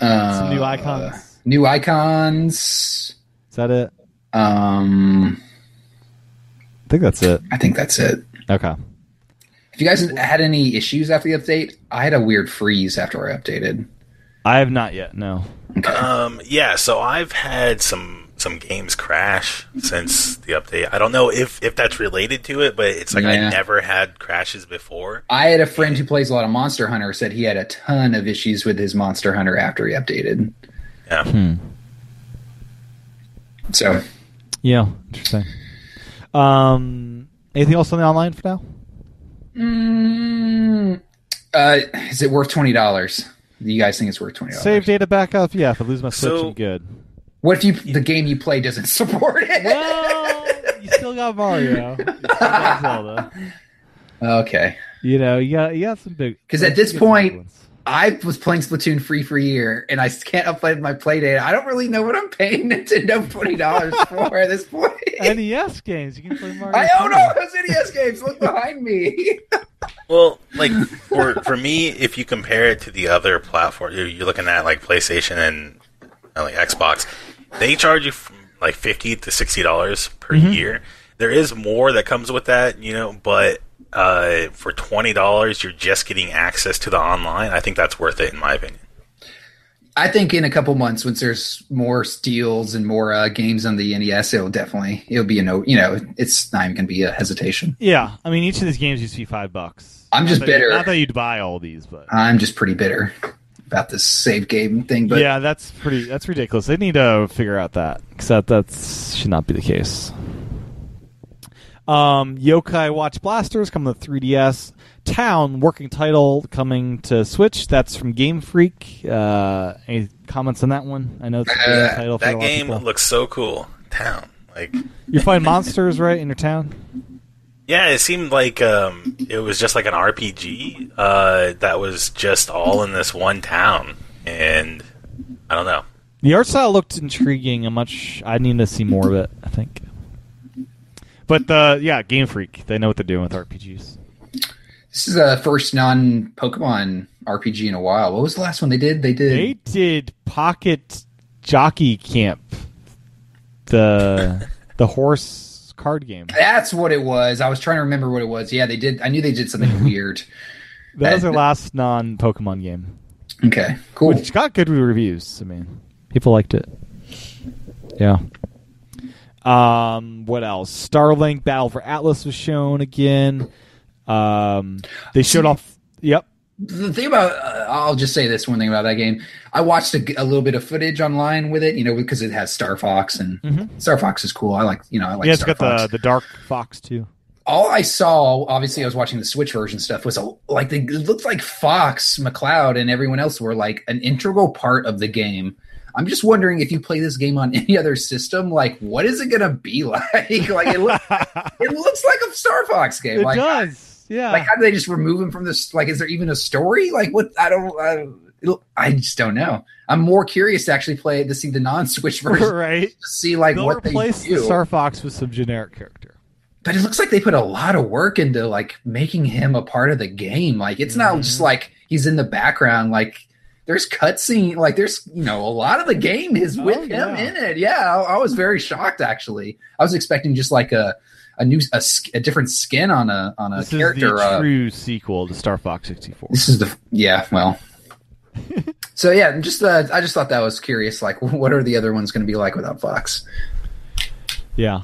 S2: Uh,
S1: Some new icons.
S2: New icons.
S1: Is that it?
S2: Um,
S1: I think that's it.
S2: I think that's it.
S1: Okay.
S2: If you guys had any issues after the update, I had a weird freeze after I updated.
S1: I have not yet. No.
S3: Um, yeah, so I've had some some games crash since the update. I don't know if if that's related to it, but it's like
S2: Yeah.
S3: I never had crashes before.
S2: I had a friend who plays a lot of Monster Hunter said he had a ton of issues with his Monster Hunter after he updated.
S3: Yeah.
S1: Hmm.
S2: So
S1: Yeah, interesting. Um, anything else on the online for now?
S2: mm, uh, is it worth twenty dollars? Do you guys think it's worth twenty
S1: Save
S2: dollars?
S1: data backup. Yeah, if I lose my switch,
S3: So-
S1: I'm good.
S2: What if you the game you play doesn't support it?
S1: Well, you still got Mario. You still got Zelda.
S2: okay.
S1: You know, you got you got some big.
S2: 'Cause at
S1: you
S2: this
S1: got some
S2: point-
S1: big ones.
S2: I was playing Splatoon free for a year, and I can't upload my play data. I don't really know what I'm paying Nintendo twenty dollars for at this point.
S1: NES E games, you can play Mario.
S2: I own
S1: Kart.
S2: all those NES games. Look behind me.
S3: Well, like for for me, if you compare it to the other platform, you're, you're looking at like PlayStation and uh, like Xbox. They charge you from, like fifty to sixty dollars per
S1: Mm-hmm.
S3: year. There is more that comes with that, you know, but uh, for twenty dollars, you're just getting access to the online. I think that's worth it, in my opinion.
S2: I think in a couple months, once there's more steals and more uh, games on the NES, it'll definitely it'll be a no. You know, it's not even gonna be a hesitation.
S1: Yeah, I mean, each of these games used to be five bucks.
S2: I'm just
S1: Not that you-
S2: bitter.
S1: Not that you'd buy all these, but
S2: I'm just pretty bitter about this save game thing, but
S1: yeah, that's pretty. That's ridiculous. They need to figure out that because that that's, should not be the case. Um, Yokai Watch Blasters coming to 3DS. Town working title coming to Switch. That's from Game Freak. Uh, any comments on that one? I know it's a big
S2: Uh,
S1: title for a
S3: That
S1: lot of
S3: game
S1: people.
S3: looks so cool. Town, like,
S1: You find monsters right in your town.
S3: yeah, it seemed like um, it was just like an RPG uh, that was just all in this one town, and I don't know.
S1: The art style looked intriguing. and much I need to see more of it. I think. But uh, yeah, Game Freak. They know what they're doing with RPGs.
S2: this is the first non Pokemon RPG in a while. What was the last one they did? They did.
S1: They did Pocket Jockey Camp, the the horse card game.
S2: That's what it was. I was trying to remember what it was. Yeah, they did. I knew they did something weird.
S1: That was their last non Pokemon game,
S2: Okay, cool.
S1: which got good reviews. I mean, people liked it. Yeah. Um. What else? Starlink Battle for Atlas was shown again. Um. They showed off. Yep.
S2: the thing about uh, I'll just say this one thing about that game. I watched a, g- a little bit of footage online with it, you know, because it has Star Fox and Star Fox is cool. I like, you know, I like
S1: Mm-hmm. yeah, it's
S2: Star
S1: got
S2: Fox.
S1: the the Dark Fox too.
S2: all I saw, obviously, I was watching the Switch version stuff, was a, like they, it looked like Fox, McCloud, and everyone else were like an integral part of the game. I'm just wondering if you play this game on any other system, like what is it gonna be like? like it, look, it looks like a Star Fox game.
S1: It
S2: like,
S1: does. Yeah.
S2: like how do they just remove him from this? Like, is there even a story? Like, what? I don't. I, don't- it'll- I just don't know. I'm more curious to actually play it to see the non-Switch version
S1: right.
S2: to see like
S1: They'll
S2: what they
S1: replace
S2: do.
S1: Star Fox with some generic character.
S2: but it looks like they put a lot of work into like making him a part of the game. Like it's not
S1: Mm-hmm.
S2: just like he's in the background. Like there's cutscene. Like there's you know a lot of the game is
S1: Oh,
S2: with
S1: yeah.
S2: him in it. Yeah, I, I was very shocked actually. I was expecting just like a a new a, sk- a different skin on a on a
S1: This
S2: character.
S1: is the
S2: uh,
S1: true sequel to Star Fox 64.
S2: this is the yeah well. so yeah, just uh, I just thought that was curious. Like what are the other ones going to be like without Fox?
S1: Yeah.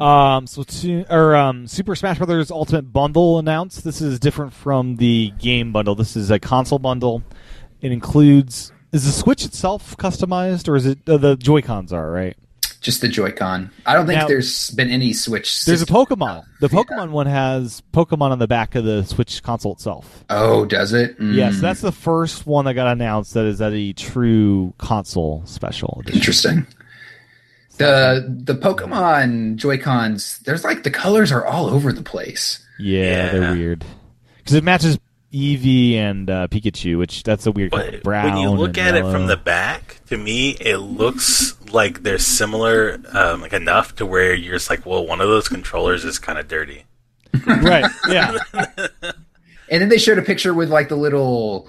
S1: Um, so to, or um, Super Smash Brothers Ultimate Bundle announced. This is different from the game bundle. This is a console bundle. It includes is the Switch itself customized, or is it uh, the Joy Cons are right?
S2: Just the Joy-Con. I don't think
S1: Now-
S2: there's been any Switch.
S1: There's a
S2: system-
S1: Pokemon. The Pokemon one has Pokemon on the back of the Switch console itself.
S2: Oh, does it? Mm.
S1: Yes, that's the first one that got announced. That is at a true console special edition.
S2: Interesting. The the Pokemon Joy Cons, there's like the colors are all over the place.
S1: Yeah, they're
S3: Yeah.
S1: weird because it matches Eevee and uh, Pikachu, which that's a weird color.
S3: But
S1: brown.
S3: when you look
S1: and
S3: at it from
S1: yellow.
S3: the back, to me, it looks like they're similar, um, like enough to where you're just like, well, one of those controllers is kind of dirty.
S1: right, yeah.
S2: And then they showed a picture with like the little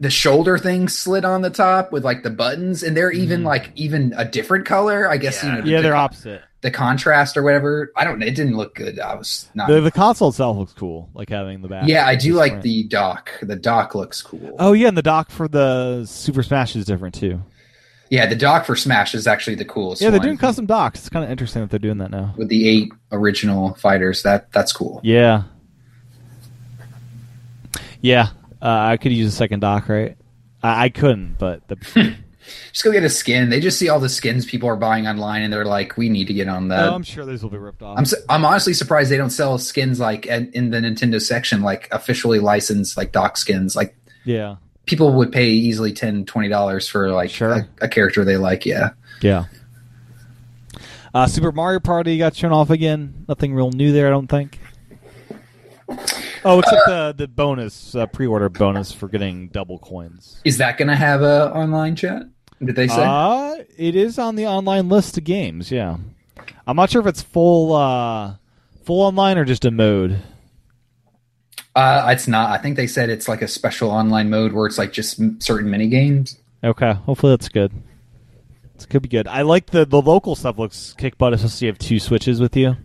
S2: the shoulder thing slid on the top with like the buttons, and they're even like even a different color. I guess you
S3: Yeah.
S2: know,
S1: Mm. Yeah,
S2: the,
S1: they're opposite.
S2: the contrast or whatever. I don't know. It didn't look good. I was not.
S1: The, the console itself looks cool, like having the back.
S2: yeah, I do
S1: Just
S2: like
S1: front.
S2: the dock. The dock looks cool.
S1: Oh yeah, and the dock for the Super Smash is different too.
S2: Yeah, the dock for Smash is actually the coolest.
S1: Yeah, they're
S2: one.
S1: doing custom docks. It's kind of interesting that they're doing that now.
S2: with the eight original fighters. That that's cool.
S1: Yeah, yeah. Uh, I could use a second dock, right? I, I couldn't, but the,
S2: just go get a skin. They just see all the skins people are buying online, and they're like, "We need to get on that."
S1: Oh, I'm sure these will be ripped off.
S2: Uh, I'm, su- I'm honestly surprised they don't sell skins like in, in the Nintendo section, like officially licensed, like dock skins. Like
S1: yeah,
S2: people would pay easily 10 dollars for like
S1: Sure.
S2: a, a character they like. Yeah,
S1: yeah. Uh, Super Mario Party got shown off again. Nothing real new there, I don't think. Oh, except the the bonus uh, pre order bonus for getting double coins.
S2: is that going to have a online chat? Did they say?
S1: Uh, it is on the online list of games. Yeah, I'm not sure if it's full uh, full online or just a mode.
S2: Uh, it's not. I think they said it's like a special online mode where it's like just m- certain mini games.
S1: Okay, hopefully that's good. It could be good. I like the the local stuff looks kick butt, especially if you have two switches with you.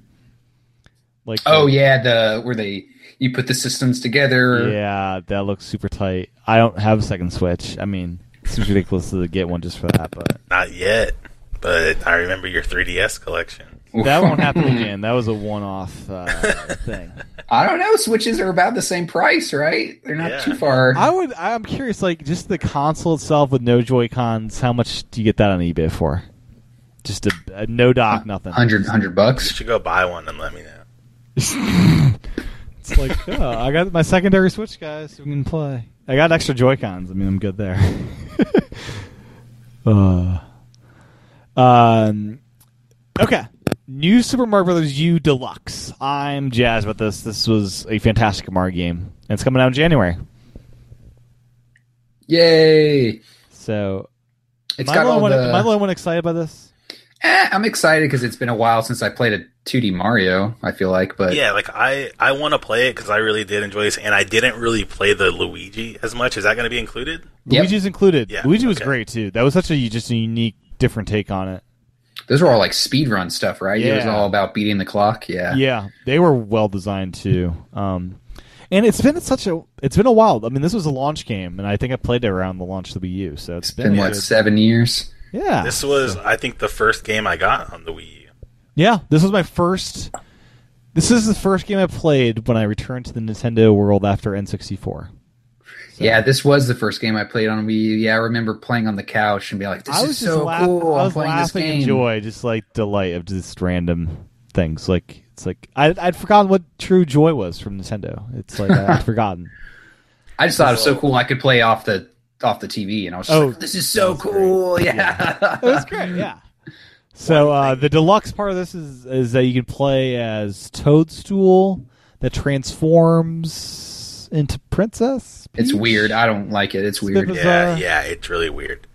S1: Like
S2: Oh yeah, the where they you put the systems together.
S1: yeah, that looks super tight. I don't have a second switch. I mean, it seems ridiculous to get one just for that, but
S3: Not yet, but I remember your 3DS collection.
S1: that won't happen again. That was a one off uh, thing.
S2: I don't know. Switches are about the same price, right? They're not
S3: Yeah.
S2: too far.
S1: I would. I'm curious, like just the console itself with no Joy Cons. How much do you get that on eBay for? Just a, a no dock, nothing.
S2: 100, 100
S3: You
S2: bucks.
S3: should go buy one and let me know.
S1: It's like oh, I got my secondary Switch, guys. We can play. I got extra Joy Cons. I mean, I'm good there. uh, um, okay. New Super Mario Brothers U Deluxe. I'm jazzed about this. This was a fantastic Mario game, and it's coming out in January.
S2: Yay!
S1: So,
S2: It's
S1: am I
S2: got
S1: the only
S2: all
S1: one-
S2: the.
S1: am I the only one excited by this?
S2: Eh, I'm excited because it's been a while since I played a 2D Mario. I feel like, but
S3: Yeah, like I, I want to play it because I really did enjoy this, and I didn't really play the Luigi as much. Is that going to be included?
S2: Yep.
S1: Luigi's included.
S3: Yeah,
S1: Luigi was
S3: okay.
S1: great too. That was such a just a unique, different take on it.
S2: those were all like speedrun stuff, right? It was
S1: Yeah.
S2: all about beating the clock. Yeah.
S1: Yeah, they were well designed too. Um, and it's been such a it's been a while. I mean, this was a launch game, and I think I played it around the launch of the Wii U. So it's
S2: It's been
S1: been,
S2: what
S1: good.
S2: seven years.
S1: yeah,
S3: This was, I think, the first game I got on the Wii U.
S1: yeah. This was my first. This is the first game I played when I returned to the Nintendo world after N64.
S2: Yeah, this was the first game I played on Wii. U. Yeah, I remember playing on the couch and be like, "This
S1: I was
S2: is
S1: just
S2: so
S1: laugh-
S2: cool."
S1: I
S2: I'm
S1: was
S2: playing this
S1: laughing
S2: game.
S1: in joy, just like delight of just random things. Like It's like I, I'd forgotten what true joy was from Nintendo. It's like I'd forgotten.
S2: I just thought it was so cool. I could play off the off the TV, and I was just
S1: Oh,
S2: like, "This is so cool!" Yeah.
S1: It was Oh, great, yeah. So uh, the deluxe part of this is is that you can play as Toadstool that transforms into Princess.
S2: it's
S1: Peach?
S2: weird. I don't like it. It's
S1: a bit
S2: weird.
S1: bizarre.
S3: Yeah,
S1: uh,
S3: yeah, it's really weird.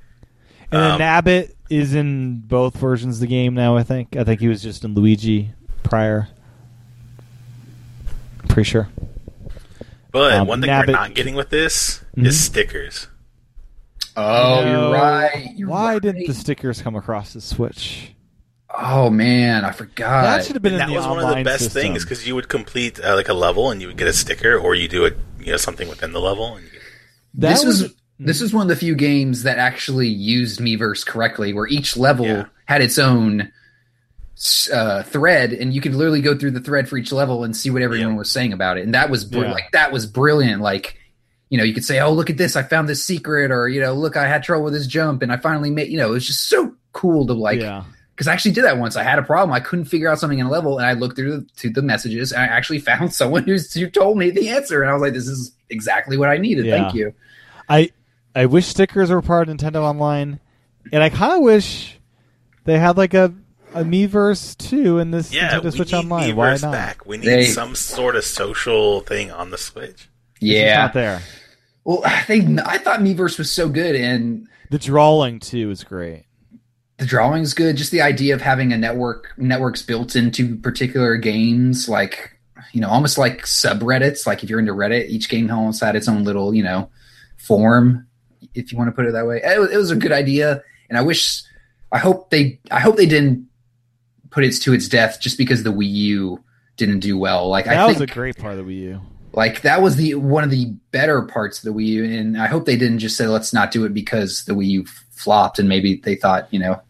S1: And then
S3: Um,
S1: Nabbit is in both versions of the game now, I think. I think he was just in Luigi prior. Pretty sure.
S3: But
S1: Um,
S3: one thing
S1: Nabbit-
S3: we're not getting with this
S1: Mhm.
S3: is stickers.
S2: Oh,
S1: No.
S2: you're right. You're
S1: Why
S2: right.
S1: didn't the stickers come across the Switch?
S2: Oh man, I forgot.
S1: that should have been in
S3: Uh, that
S1: the
S3: was one of the
S1: online
S3: best
S1: system.
S3: things because you would complete uh, like a level and you would get a sticker, or you do it, you know, something within the level. And you get...
S1: That
S2: this
S1: was-
S2: is this is one of the few games that actually used Miiverse correctly, where each level
S3: Yeah.
S2: had its own s- uh, thread, and you could literally go through the thread for each level and see what everyone
S3: Yeah.
S2: was saying about it. And that was br-
S1: Yeah.
S2: like that was brilliant. Like you know, you could say, "Oh, look at this! I found this secret," or you know, "Look, I had trouble with this jump, and I finally made." You know, it was just so cool to like
S1: yeah.
S2: because I actually did that once. I had a problem. I couldn't figure out something in a level, and I looked through the, to the messages, and I actually found someone who's, who told me the answer, and I was like, "This is exactly what I needed." Thank
S1: Yeah.
S2: you.
S1: I I wish stickers were part of Nintendo Online, and I kind of wish they had like a a Miiverse too in this
S3: Yeah, we
S1: Nintendo Switch
S3: need
S1: Online. Why
S3: Miiverse
S1: not?
S3: back. We need
S2: They-
S3: some sort of social thing on the Switch.
S1: It's just
S2: Yeah.
S1: not there.
S2: Well, they I thought Miiverse was so good, and
S1: The drawing too is great.
S2: the drawing's good. Just the idea of having a network networks built into particular games, like you know, almost like subreddits. Like if you're into Reddit, each game almost had its own little you know form, if you want to put it that way. It was, it was a good idea, and I wish, I hope they, I hope they didn't put it to its death just because the Wii U didn't do well. Like
S1: That
S2: I
S1: was
S2: think,
S1: a great part of the Wii U.
S2: like that was the one of the better parts of the Wii U, and I hope they didn't just say let's not do it because the Wii U f- flopped, and maybe they thought you know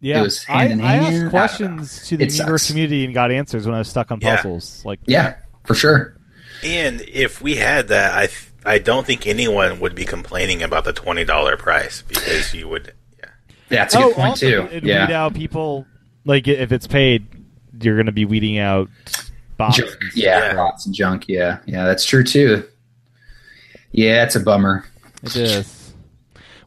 S1: Yeah,
S2: It was hand
S1: I,
S2: in
S1: I
S2: hand. I
S1: asked
S2: don't
S1: questions to the
S2: It
S1: Miiverse
S2: sucks.
S1: community and got answers when I was stuck on
S3: Yeah.
S1: puzzles. Like,
S2: yeah for sure.
S3: And if we had that, I th- I don't think anyone would be complaining about the twenty dollar price because you would. Yeah.
S2: That's a
S1: oh,
S2: good point
S1: also,
S2: too.
S1: It weed
S2: Yeah,
S1: out people. Like, if it's paid, you're going to be weeding out bots.
S2: junk. Yeah,
S3: Yeah.
S2: lots of junk. Yeah, yeah, that's true too. Yeah, it's a bummer.
S1: It is.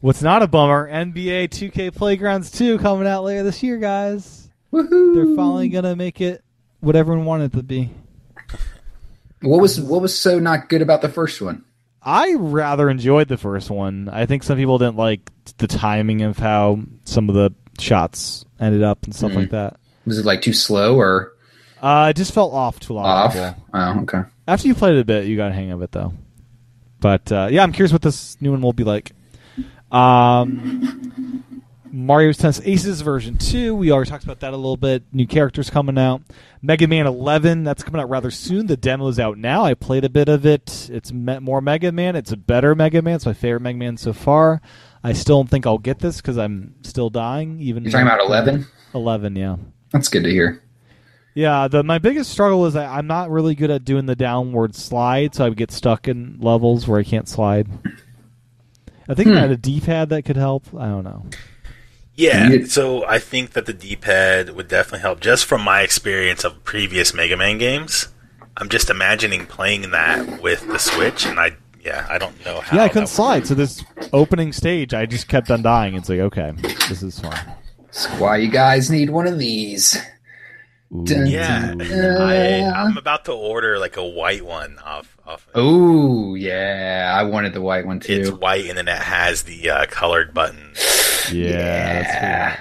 S1: What's not a bummer? NBA 2K Playgrounds 2 coming out later this year, guys.
S2: Woohoo!
S1: They're finally gonna make it what everyone wanted it to be.
S2: What was what was so not good about the first one?
S1: I rather enjoyed the first one. I think some people didn't like the timing of how some of the shots ended up and stuff like that.
S2: Was it like too slow or
S1: Uh, it just felt off too long.
S2: off? Oh, okay.
S1: After you played it a bit, you got a hang of it though. But uh, yeah, I'm curious what this new one will be like. Um, Mario Tennis Aces version two. We already talked about that a little bit. New characters coming out. Mega Man 11. That's coming out rather soon. The demo's out now. I played a bit of it. It's me- more Mega Man. It's a better Mega Man. It's my favorite Mega Man so far. I still don't think I'll get this because I'm still dying. Even
S2: You're talking about eleven.
S1: 11, yeah.
S2: That's good to hear.
S1: Yeah, the my biggest struggle is I, I'm not really good at doing the downward slide, so I would get stuck in levels where I can't slide. I think
S2: Hmm.
S1: I had a D-pad that could help. I don't know.
S3: Yeah,
S2: You-
S3: so I think that the D-pad would definitely help. Just from my experience of previous Mega Man games, I'm just imagining playing that with the Switch, and I yeah, I don't know how.
S1: yeah,
S2: Oh,
S1: I
S3: that
S1: couldn't
S3: would-
S1: slide. So this opening stage, I just kept on dying. It's like, okay, this is fine.
S2: That's why you guys need one of these.
S1: Ooh.
S2: Dun,
S3: Yeah, I, I'm about to order like a white one off. off
S2: Oh yeah, I wanted the white one
S3: It's
S2: too.
S3: white, and then it has the uh, colored button.
S1: yeah. that's
S2: Yeah.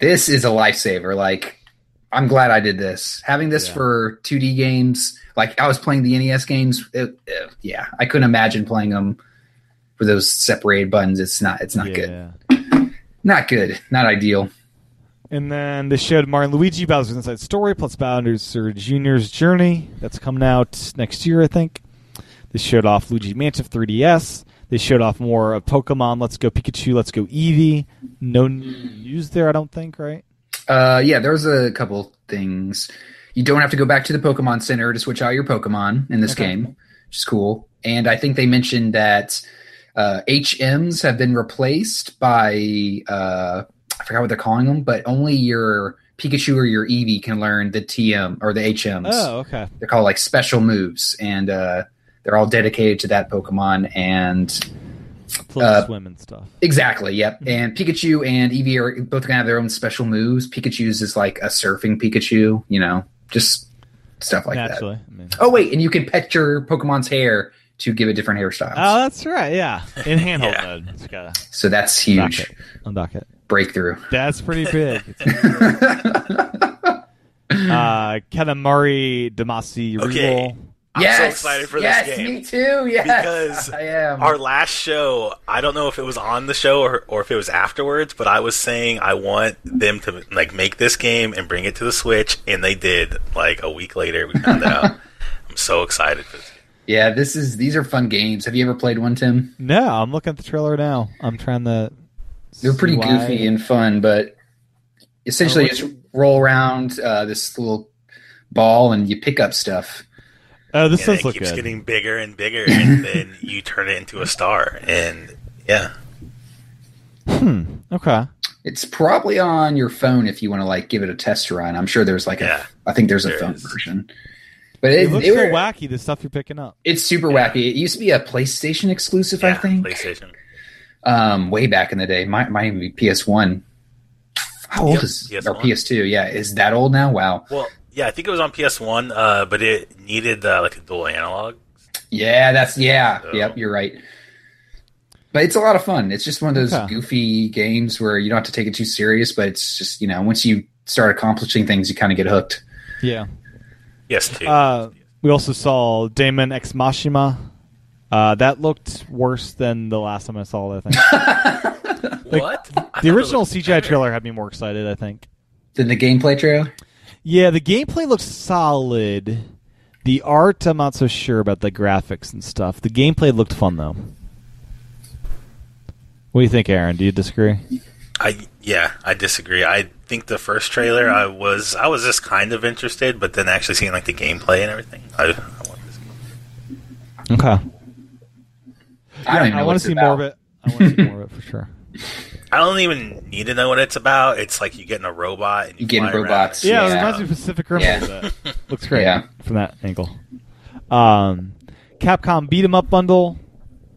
S2: This is a lifesaver. Like, I'm glad I did this. Having this
S1: Yeah.
S2: for 2D games, like I was playing the NES games. It, it- yeah, I couldn't imagine playing them with those separated buttons. It's not. It's not
S1: weird.
S2: good.
S1: Yeah.
S2: Not good. Not ideal.
S1: And then they showed Martin Luigi Bowser's Inside Story plus Bowser Jr.'s Journey. That's coming out next year, I think. They showed off Luigi Mansion for 3DS. They showed off more of Pokemon. Let's go Pikachu. Let's go Eevee. No news there, I don't think. Right?
S2: Uh, yeah, there's a couple things. You don't have to go back to the Pokemon Center to switch out your Pokemon in this
S1: Okay.
S2: game, which is cool. And I think they mentioned that uh, HMs have been replaced by uh, I forgot what they're calling them, but only your Pikachu or your Eevee can learn the TM or the HMs.
S1: Oh, okay.
S2: They're called like special moves, and uh, they're all dedicated to that Pokemon. And
S1: It's like
S2: Uh,
S1: swim and stuff.
S2: Exactly. Yep.
S1: Mm-hmm.
S2: And Pikachu and Eevee are both gonna have their own special moves. Pikachu's is like a surfing Pikachu, you know, just stuff like
S1: naturally. I mean-
S2: that. Oh wait, and you can pet your Pokemon's hair to give it different hairstyles.
S1: Oh, that's right. Yeah, in handheld
S3: Yeah.
S1: mode. It's gotta
S2: so that's huge
S1: Gotcha. undock it.
S2: breakthrough.
S1: That's pretty big. It's- uh, Katamari Damacy
S3: Okay.
S1: reroll.
S3: I'm
S2: yes!
S3: so excited for
S2: yes,
S3: this game.
S2: Me too. Yes,
S3: Because
S2: I am.
S3: Our last show, I don't know if it was on the show or, or if it was afterwards, but I was saying I want them to like make this game and bring it to the Switch, and they did. Like a week later, we found out. I'm so excited for this.
S2: yeah, this is these are fun games. Have you ever played one, Tim?
S1: No, I'm looking at the trailer now. I'm trying to.
S2: They're pretty
S1: see why-
S2: goofy and fun, but essentially
S1: Oh,
S2: you just roll around uh, this little ball and you pick up stuff.
S1: Oh, this
S3: And
S1: does
S3: it
S1: look
S3: keeps
S1: good.
S3: getting bigger and bigger, and then you turn it into a star, and yeah,
S1: Hmm. Okay.
S2: It's probably on your phone if you want to like give it a test run. I'm sure there's like
S3: Yeah.
S2: a I think there's a
S3: There
S2: phone
S3: is.
S2: version. But
S1: It,
S2: it,
S1: looks
S2: it
S1: so
S2: were-
S1: wacky. The stuff you're picking up.
S2: it's super wacky. It used to be a PlayStation exclusive, I
S3: yeah
S2: think.
S3: PlayStation.
S2: Um way back in the day. My my PS1. How old
S3: Yep,
S2: is
S3: PS1.
S2: or PS2? Yeah, is that old now? Wow.
S3: Well, yeah, I think it was on PS1, uh, but it needed uh, like a dual analog.
S2: Yeah, that's yeah.
S3: So-
S2: Yep, you're right. But it's a lot of fun. It's just one of those
S1: Okay.
S2: goofy games where you don't have to take it too serious, but it's just, you know, once you start accomplishing things, you kind of get hooked.
S1: Yeah.
S3: Yes, too.
S1: Uh, we also saw Damon Ex Machina. Uh, that looked worse than the last time I saw it. I think
S3: what? I thought
S1: the
S3: it
S1: original
S3: looked
S1: CGI
S3: better.
S1: trailer had me more excited. I think.
S2: Then the gameplay trailer?
S1: Yeah, the gameplay looks solid. The art, I'm not so sure about the graphics and stuff. The gameplay looked fun though. What do you think, Aaron? Do you disagree?
S3: I yeah, I disagree. I think the first trailer, I was I was just kind of interested, but then actually seeing like the gameplay and everything, I, I want this. Game.
S1: Okay.
S2: I don't even know
S1: I
S2: what
S1: want
S2: it's
S1: to see
S2: about.
S1: more of it. I want to see more of it for sure.
S3: I don't even need to know what it's about. It's like you get in a robot and you
S2: You get in
S3: fly around.
S2: robots.
S1: Yeah, it
S2: Yeah.
S1: reminds me of Pacific Rim a little bit. Looks great
S2: Yeah.
S1: from that angle. Um, Capcom beat 'em up bundle.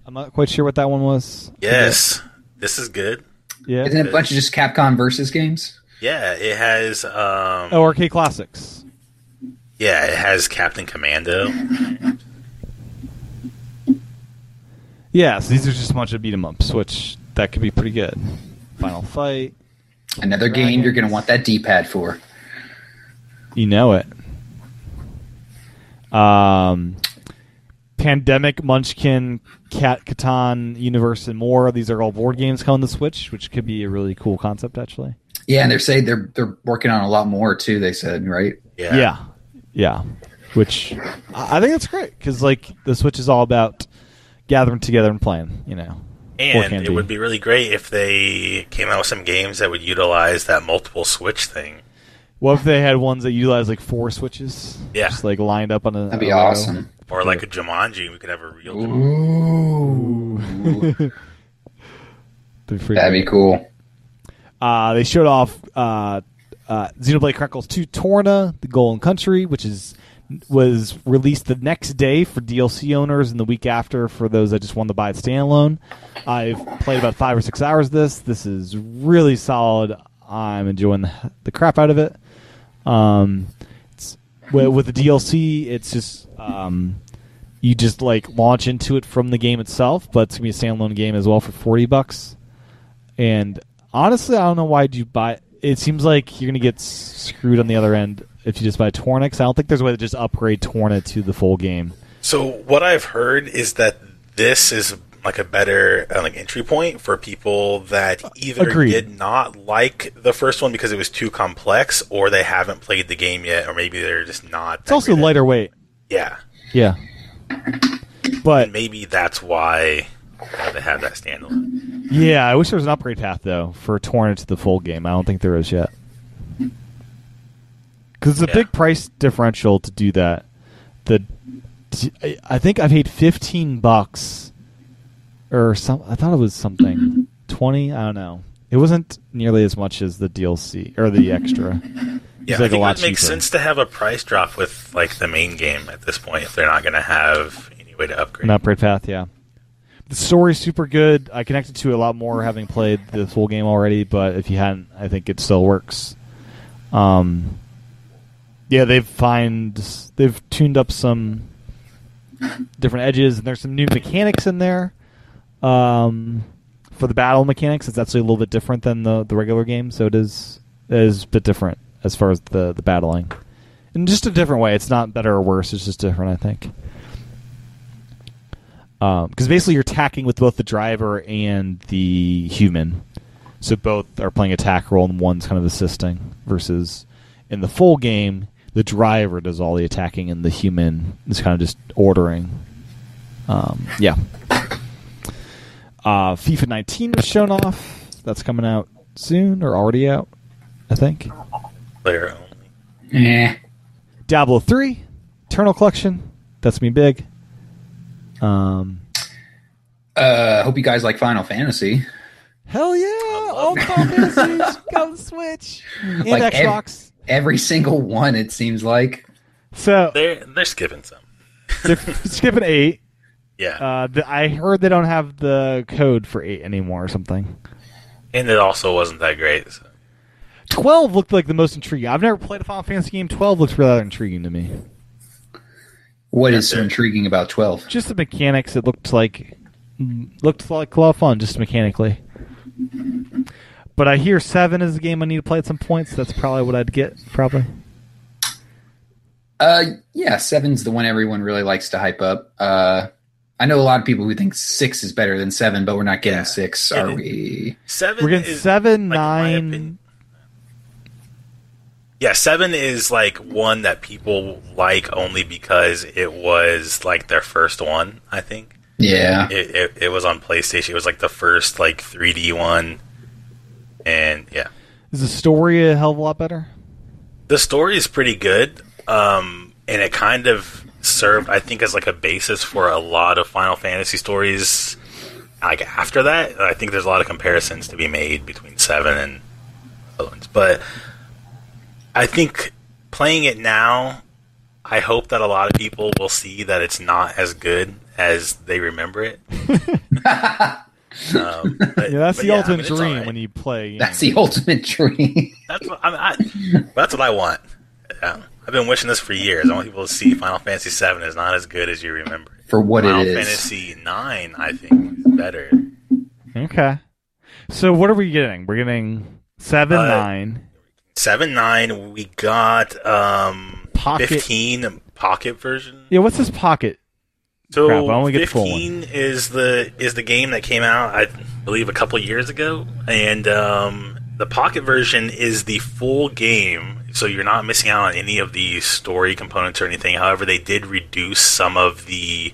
S1: I'm not quite sure what that one was.
S3: Yes, this is good.
S1: Yeah.
S2: Isn't it a bunch of just Capcom versus games?
S3: Yeah, it has. Um,
S1: Oh, Arcade Classics.
S3: Yeah, it has Captain Commando.
S1: Yeah, so these are just a bunch of beat 'em ups, which that could be pretty good. Final fight.
S2: Another game you're going to want that D pad for.
S1: You know it. Um, Pandemic, Munchkin, Cat Catan, Universe, and more. These are all board games coming to Switch, which could be a really cool concept, actually.
S2: Yeah, and they're saying they're they're working on a lot more too. They said, right?
S3: Yeah.
S1: yeah, yeah. Which I I think that's great because like the Switch is all about gathering together and playing. You know, Or
S3: And
S1: can
S3: it
S1: be.
S3: would be really great if they came out with some games that would utilize that multiple Switch thing.
S1: what if they had ones that utilize like four Switches?
S3: Yeah.
S1: just like lined up on a.
S2: That'd be
S1: a row.
S2: awesome.
S3: Or like a Jumanji, we could have a real Jumanji.
S2: Ooh,
S1: That'd be, pretty
S2: that'd
S1: great.
S2: be cool.
S1: Uh, they showed off uh, uh, Xenoblade Chronicles 2 Torna, the Golden Country, which is was released the next day for DLC owners and the week after for those that just wanted to buy it standalone. I've played about five or six hours of this. This is really solid. I'm enjoying the, the crap out of it. Um, it's, with, with the DLC, it's just um, you just like launch into it from the game itself, but it's gonna be a standalone game as well for forty bucks. And honestly, I don't know why you buy. It seems like you're gonna get s- screwed on the other end if you just buy Torna. 'cause I don't think there's a way to just upgrade Torna to the full game.
S3: So what I've heard is that this is like a better uh, like entry point for people that either
S1: Agreed.
S3: did not like the first one because it was too complex, or they haven't played the game yet, or maybe they're just not.
S1: It's also lighter weight.
S3: Yeah,
S1: Yeah, but
S3: and maybe that's why uh, they have that standalone.
S1: yeah, I wish there was an upgrade path though for Torna to the full game. I don't think there is yet. Because it's a
S3: Yeah.
S1: big price differential to do that. The I- I think I paid fifteen bucks or some. I thought it was something twenty. I don't know. It wasn't nearly as much as the DLC or the extra.
S3: Yeah,
S1: It's like
S3: I
S1: a
S3: think
S1: lot
S3: it makes
S1: cheaper.
S3: sense to have a price drop with like the main game at this point if they're not going to have any way to upgrade.
S1: An upgrade path, yeah. The story's super good. I connected to it a lot more having played the full game already, but if you hadn't, I think it still works. Um, yeah, they've find they've tuned up some different edges, and there's some new mechanics in there. Um, for the battle mechanics, it's actually a little bit different than the, the regular game, so it is it is a bit different as far as the the battling, in just a different way. It's not better or worse. It's just different, I think because Um, basically you're attacking with both the driver and the human, so both are playing attack role and one's kind of assisting. Versus in the full game, the driver does all the attacking and the human is kind of just ordering. Um, yeah. Uh, FIFA 19 was shown off. That's coming out soon or already out, I think.
S3: Player only.
S2: Eh.
S1: Diablo 3, Eternal Collection. That's me big. Um,
S2: Uh, hope you guys like Final Fantasy.
S1: Hell yeah! All Final Fantasies on Switch and
S2: Like ev-
S1: Xbox.
S2: Every single one, it seems like.
S1: so
S3: They're they're skipping some.
S1: they're skipping eight.
S3: Yeah,
S1: Uh, the, I heard they don't have the code for eight anymore, or something.
S3: and it also wasn't that great. So.
S1: Twelve looked like the most intriguing. I've never played a Final Fantasy game. Twelve looks rather intriguing to me.
S2: What is so
S3: Yeah.
S2: intriguing about 12?
S1: Just the mechanics. It looked like looked like a lot of fun, just mechanically. But I hear seven is a game I need to play at some point. So that's probably what I'd get. Probably.
S2: Uh, yeah, seven's the one everyone really likes to hype up. Uh, I know a lot of people who think six is better than seven, but we're not getting
S3: Yeah.
S2: six,
S3: It-
S2: are we?
S3: Seven.
S1: We're getting
S3: is,
S1: seven,
S3: like, in my
S1: nine.
S3: opinion- Yeah, seven is like one that people like only because it was like their first one. I think
S2: Yeah,
S3: it, it, it was on PlayStation. It was like the first like 3D one, and yeah,
S1: Is the story a hell of a lot better?
S3: the story is pretty good. Um, and it kind of served, I think, as like a basis for a lot of Final Fantasy stories. Like after that, I think there's a lot of comparisons to be made between seven and other ones. But I think playing it now, I hope that a lot of people will see that it's not as good as they remember it. um, but-
S1: Yeah, that's the
S3: but yeah, I
S1: ultimate
S3: mean, it's
S1: dream
S3: alright.
S1: when you play.
S2: that's the ultimate dream.
S3: That's what I, mean, I that's what I want. Yeah. I've been wishing this for years. I want people to see Final Fantasy VII is not as good as you remember.
S2: For what
S3: Final
S2: it is.
S3: Fantasy Nine, I think, is better.
S1: Okay. So what are we getting? We're getting seven,
S3: Uh,
S1: nine.
S3: Seven, nine, we got um
S1: Pocket.
S3: fifteen pocket version.
S1: Yeah, what's this pocket?
S3: So
S1: Crap, I only get the full
S3: fifteen is the is the game that came out, I believe, a couple years ago, and um, the pocket version is the full game. So you're not missing out on any of the story components or anything. However, they did reduce some of the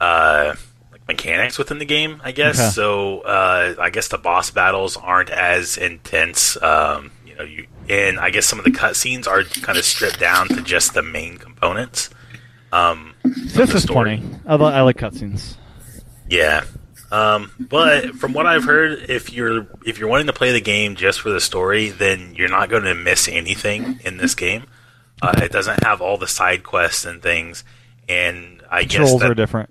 S3: uh, like mechanics within the game, I guess.
S1: Okay.
S3: So uh, I guess the boss battles aren't as intense. Um, you know, you and I guess some of the cutscenes are kind of stripped down to just the main components. Um,
S1: This
S3: the
S1: is
S3: story.
S1: funny. I, li- I like cutscenes.
S3: yeah. Um, but from what I've heard, if you're if you're wanting to play the game just for the story, then you're not going to miss anything in this game. Uh, it doesn't have all the side quests and things, and I guess
S1: Controls
S3: that
S1: are different.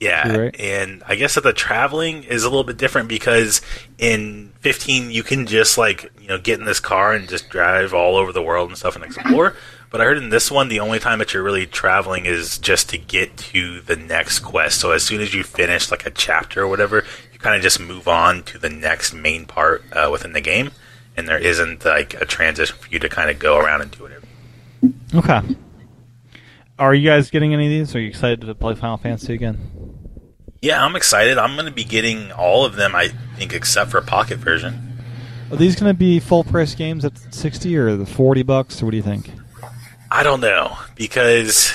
S3: yeah,
S1: You're right.
S3: and I guess that the traveling is a little bit different because in 15 you can just like you know get in this car and just drive all over the world and stuff and explore. But I heard in this one the only time that you're really traveling is just to get to the next quest. So as soon as you finish like a chapter or whatever, you kind of just move on to the next main part uh, within the game, and there isn't like a transition for you to kind of go around and do whatever.
S1: Okay. Are you guys getting any of these? Are you excited to play Final Fantasy again?
S3: Yeah, I'm excited. I'm going to be getting all of them, I think, except for Pocket version.
S1: Are these going to be full price games at sixty or the forty bucks or what do you think?
S3: I don't know because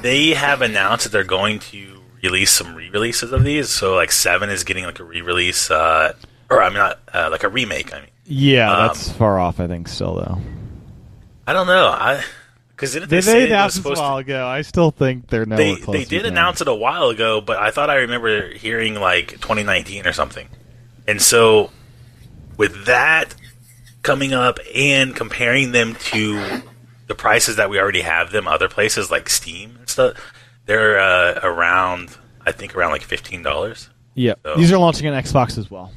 S3: they have announced that they're going to release some re-releases of these. So like seven is getting like a re-release, uh, or I'm not uh, like a remake. I mean,
S1: Yeah,
S3: Um,
S1: that's far off. I think still though.
S3: I don't know. I because they,
S1: They
S3: said
S1: made
S3: it was
S1: announced this a
S3: supposed to-
S1: while ago. I still think they're nowhere
S3: they
S1: close.
S3: they
S1: to
S3: did
S1: being-
S3: announce it a while ago, but I thought I remember hearing like 2019 or something, and so with that coming up and comparing them to the prices that we already have them other places like Steam and stuff, they're uh, around I think around like fifteen dollars.
S1: Yeah,
S3: So-
S1: these are launching on Xbox as well.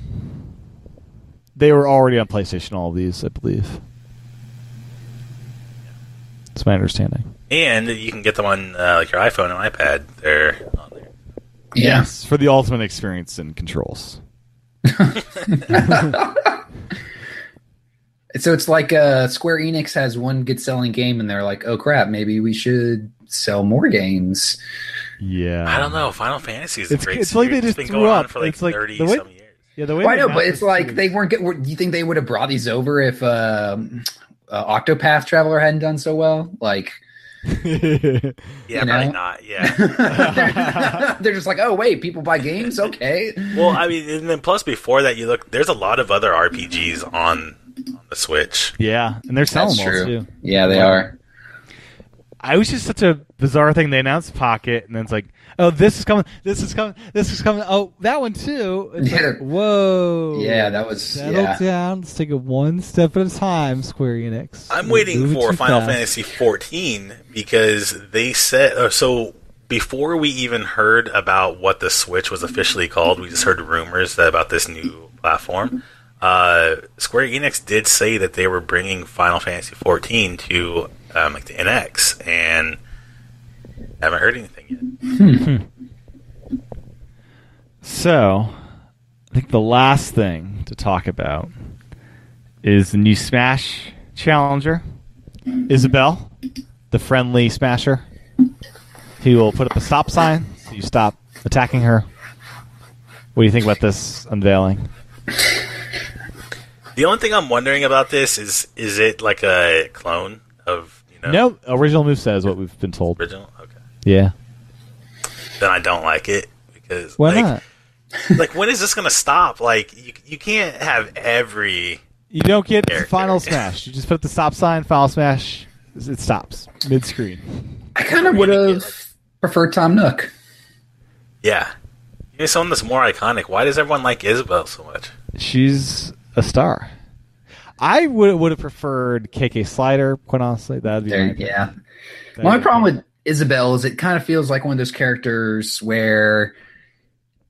S1: They were already on PlayStation. All of these, I believe. That's my understanding.
S3: And you can get them on uh, like your iPhone and iPad. They're on there.
S2: Yeah.
S1: Yes, for the ultimate experience and controls.
S2: So it's like uh, Square Enix has one good selling game, and they're like, "Oh crap, maybe we should sell more games."
S1: Yeah,
S3: I don't know. Final Fantasy is
S1: Um, It's-
S3: a great.
S1: it's like they
S3: series.
S1: just
S3: it's been
S1: threw
S3: going on
S1: up.
S3: for like
S1: It's like
S3: thirty
S1: the way-
S3: some years.
S1: Yeah, the way
S2: Well, I
S1: they
S2: know,
S1: map
S2: but
S1: this
S2: it's like
S1: is-
S2: they weren't. Get, were, do you think they would have brought these over if um, uh, Octopath Traveler hadn't done so well? Like,
S3: Yeah,
S2: you
S3: probably
S2: know?
S3: not. Yeah.
S2: they're, they're just like, "Oh wait, people buy games, okay."
S3: Well, I mean, and then plus before that, you look. There's a lot of other RPGs on, on the Switch.
S1: yeah, and they're selling
S2: That's
S1: those
S2: true.
S1: too.
S2: Yeah, they are.
S1: I was just such a bizarre thing. They announced Pocket, and then it's like, oh, this is coming, this is coming, this is coming. Oh, that one too. It's
S2: Yeah.
S1: like, whoa.
S2: Yeah, that was-
S1: Settle
S2: yeah.
S1: down. Let's take it one step at a time. Square Enix.
S3: I'm
S1: Don't
S3: waiting
S1: move it
S3: for
S1: Mm-hmm. too
S3: Final
S1: fast.
S3: Fantasy 14 because they said uh, so. Before we even heard about what the Switch was officially called, we just heard rumors that about this new platform. Uh, Square Enix did say that they were bringing Final Fantasy 14 to um, like the NX, and haven't heard anything yet.
S1: So, I think the last thing to talk about is the new Smash challenger, Isabel, the friendly Smasher, who will put up a stop sign so you stop attacking her. What do you think about this unveiling?
S3: The only thing I'm wondering about this is is it like a clone of you know
S1: No, original move says what we've been told.
S3: original? Okay.
S1: Yeah.
S3: Then I don't like it because
S1: Why
S3: like,
S1: not?
S3: like when is this gonna stop? Like you you can't have every
S1: You don't get the
S3: Character.
S1: final smash. You just put up the stop sign, final smash, it stops mid screen.
S2: I kind of would have preferred Tom Nook.
S3: yeah. Give me someone that's more iconic. Why does everyone like Isabel so much?
S1: She's a star. I would would have preferred KK Slider. Quite honestly, that'd be
S2: There,
S1: my pick.
S2: yeah.
S1: That'd
S2: My
S1: be-
S2: problem with Isabel is it kind of feels like one of those characters where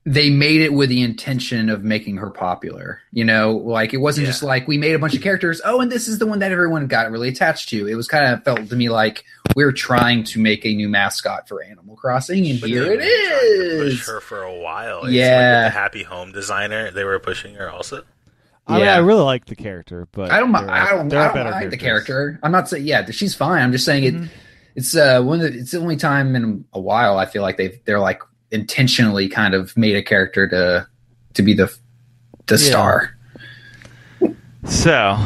S2: they made it with the intention of making her popular. You know, like it wasn't
S3: Yeah.
S2: just like we made a bunch of characters. Oh, and this is the one that everyone got really attached to. It was kind of felt to me like we're trying to make a new mascot for Animal Crossing, and
S3: But
S2: here
S3: they've
S2: it
S3: been trying to Push
S2: is.
S3: her for a while. It's
S2: Yeah.
S3: like with the Happy Home designer. They were pushing her also.
S1: I, mean,
S2: yeah.
S1: I really like the character, but
S2: I don't. mi-
S1: there
S2: I
S1: are-
S2: don't.
S1: there
S2: I
S1: are
S2: don't
S1: better
S2: mind the
S1: characters. Mm-hmm.
S2: character. I'm not saying. Yeah, she's fine. I'm just saying it. It's uh one of the, it's the only time in a while I feel like they've they're like intentionally kind of made a character to to be the the
S1: Yeah.
S2: star.
S1: So,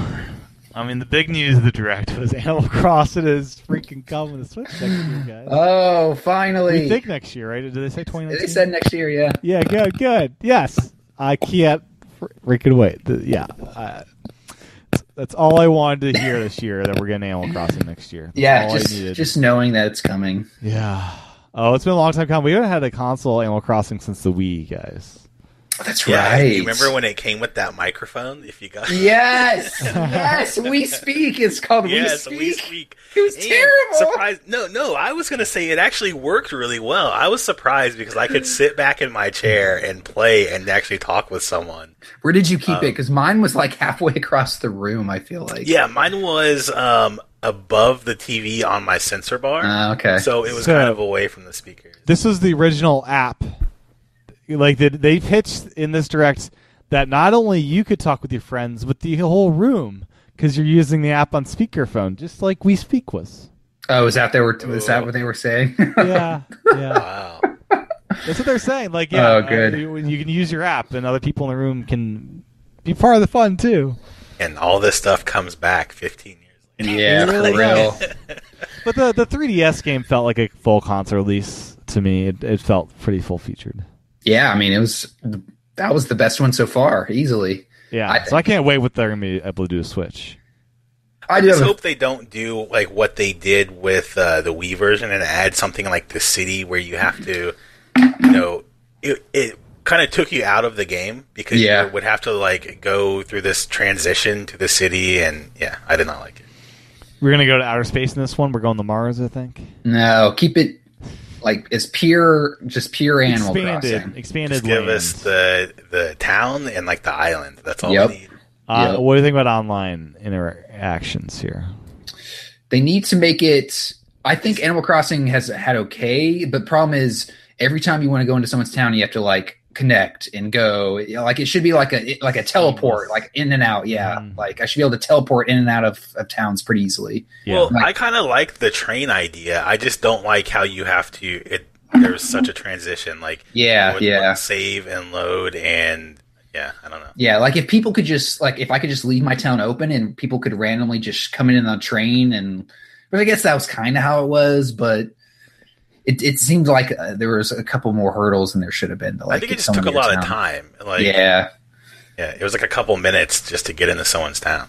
S1: I mean, the big news of the direct was Animal Crossing is freaking coming to Switch next year, guys.
S2: Oh, finally!
S1: we think next year, right? Did they say 2019?
S2: they said next year. Yeah,
S1: Yeah, good, good. Yes, I can't fr- freaking wait. The- yeah, I, that's all I wanted to hear this year. That we're getting Animal Crossing next year. That's
S2: yeah.
S1: all I
S2: Just
S1: needed.
S2: just knowing that it's coming.
S1: Yeah. Oh, it's been a long time coming. We haven't had a console Animal Crossing since the Wii, guys.
S2: That's
S3: Yeah.
S2: right.
S3: Oh, You remember when it came with that microphone? If you got
S2: Yes, yes, we speak. It's called
S3: Yes,
S2: we speak.
S3: we speak.
S2: It was
S3: And
S2: terrible.
S3: Surprised? No, no. I was gonna say it actually worked really well. I was surprised because I could sit back in my chair and play and actually talk with someone.
S2: Where did you keep
S3: Um,
S2: it? Because mine was like halfway across the room. I feel like.
S3: Yeah, mine was um, above the TV on my sensor bar,
S2: Ah, okay.
S3: so it was
S1: So-
S3: kind of away from the speakers.
S1: This was the original app. Like they, they pitched in this direct that not only you could talk with your friends, but the whole room because you're using the app on speakerphone, just like We Speak was.
S2: Oh, is that they were? Is that what they were saying?
S1: Yeah, yeah.
S3: Wow.
S1: That's what they're saying. Like, yeah,
S2: Oh, good.
S1: uh, you, you can use your app, and other people in the room can be part of the fun too.
S3: and all this stuff comes back 15 years later.
S2: yeah,
S1: It
S2: for
S1: really
S2: real.
S1: But the the 3DS game felt like a full console release to me. It, it felt pretty full featured.
S2: Yeah, I mean, it was that was the best one so far, easily.
S1: Yeah,
S2: I
S1: so I can't wait what they're gonna be able to do a Switch.
S2: I do
S3: Just
S2: have a,
S3: hope they don't do like what they did with uh, the Wii version and add something like the city where you have to, you know, it, it kind of took you out of the game because
S2: Yeah.
S3: you would have to like go through this transition to the city, and yeah, I did not like it.
S1: We're gonna go to outer space in this one. We're going to Mars, I think.
S2: No, keep it like it's pure, just pure Animal
S1: expanded,
S2: Crossing.
S1: expanded.
S3: Just give
S1: lands.
S3: us the the town and like the island. That's all
S2: Yep.
S3: we need.
S1: Uh,
S2: Yep.
S1: What do you think about online interactions here?
S2: They need to make it. I think Animal Crossing has had okay, but problem is every time you want to go into someone's town, you have to like connect and go. You know, Like it should be like a like a teleport, like in and out. Yeah,
S1: Mhm.
S2: like I should be able to teleport in and out of, of towns pretty easily.
S3: Well,
S2: Like-
S3: I kind of like the train idea. I just don't like how you have to. It, there's such a transition, like
S2: Yeah,
S3: with,
S2: yeah.
S3: like, save and load, and yeah, I don't know.
S2: Yeah, like if people could just like if I could just leave my town open and people could randomly just come in on a train and but I guess that was kind of how it was, but it it seemed like uh, there was a couple more hurdles than there should have been. To, like,
S3: I think
S2: get
S3: it just
S2: someone
S3: took a
S2: to your
S3: lot of
S2: town.
S3: time. Like,
S2: yeah,
S3: yeah, it was like a couple minutes just to get into someone's town.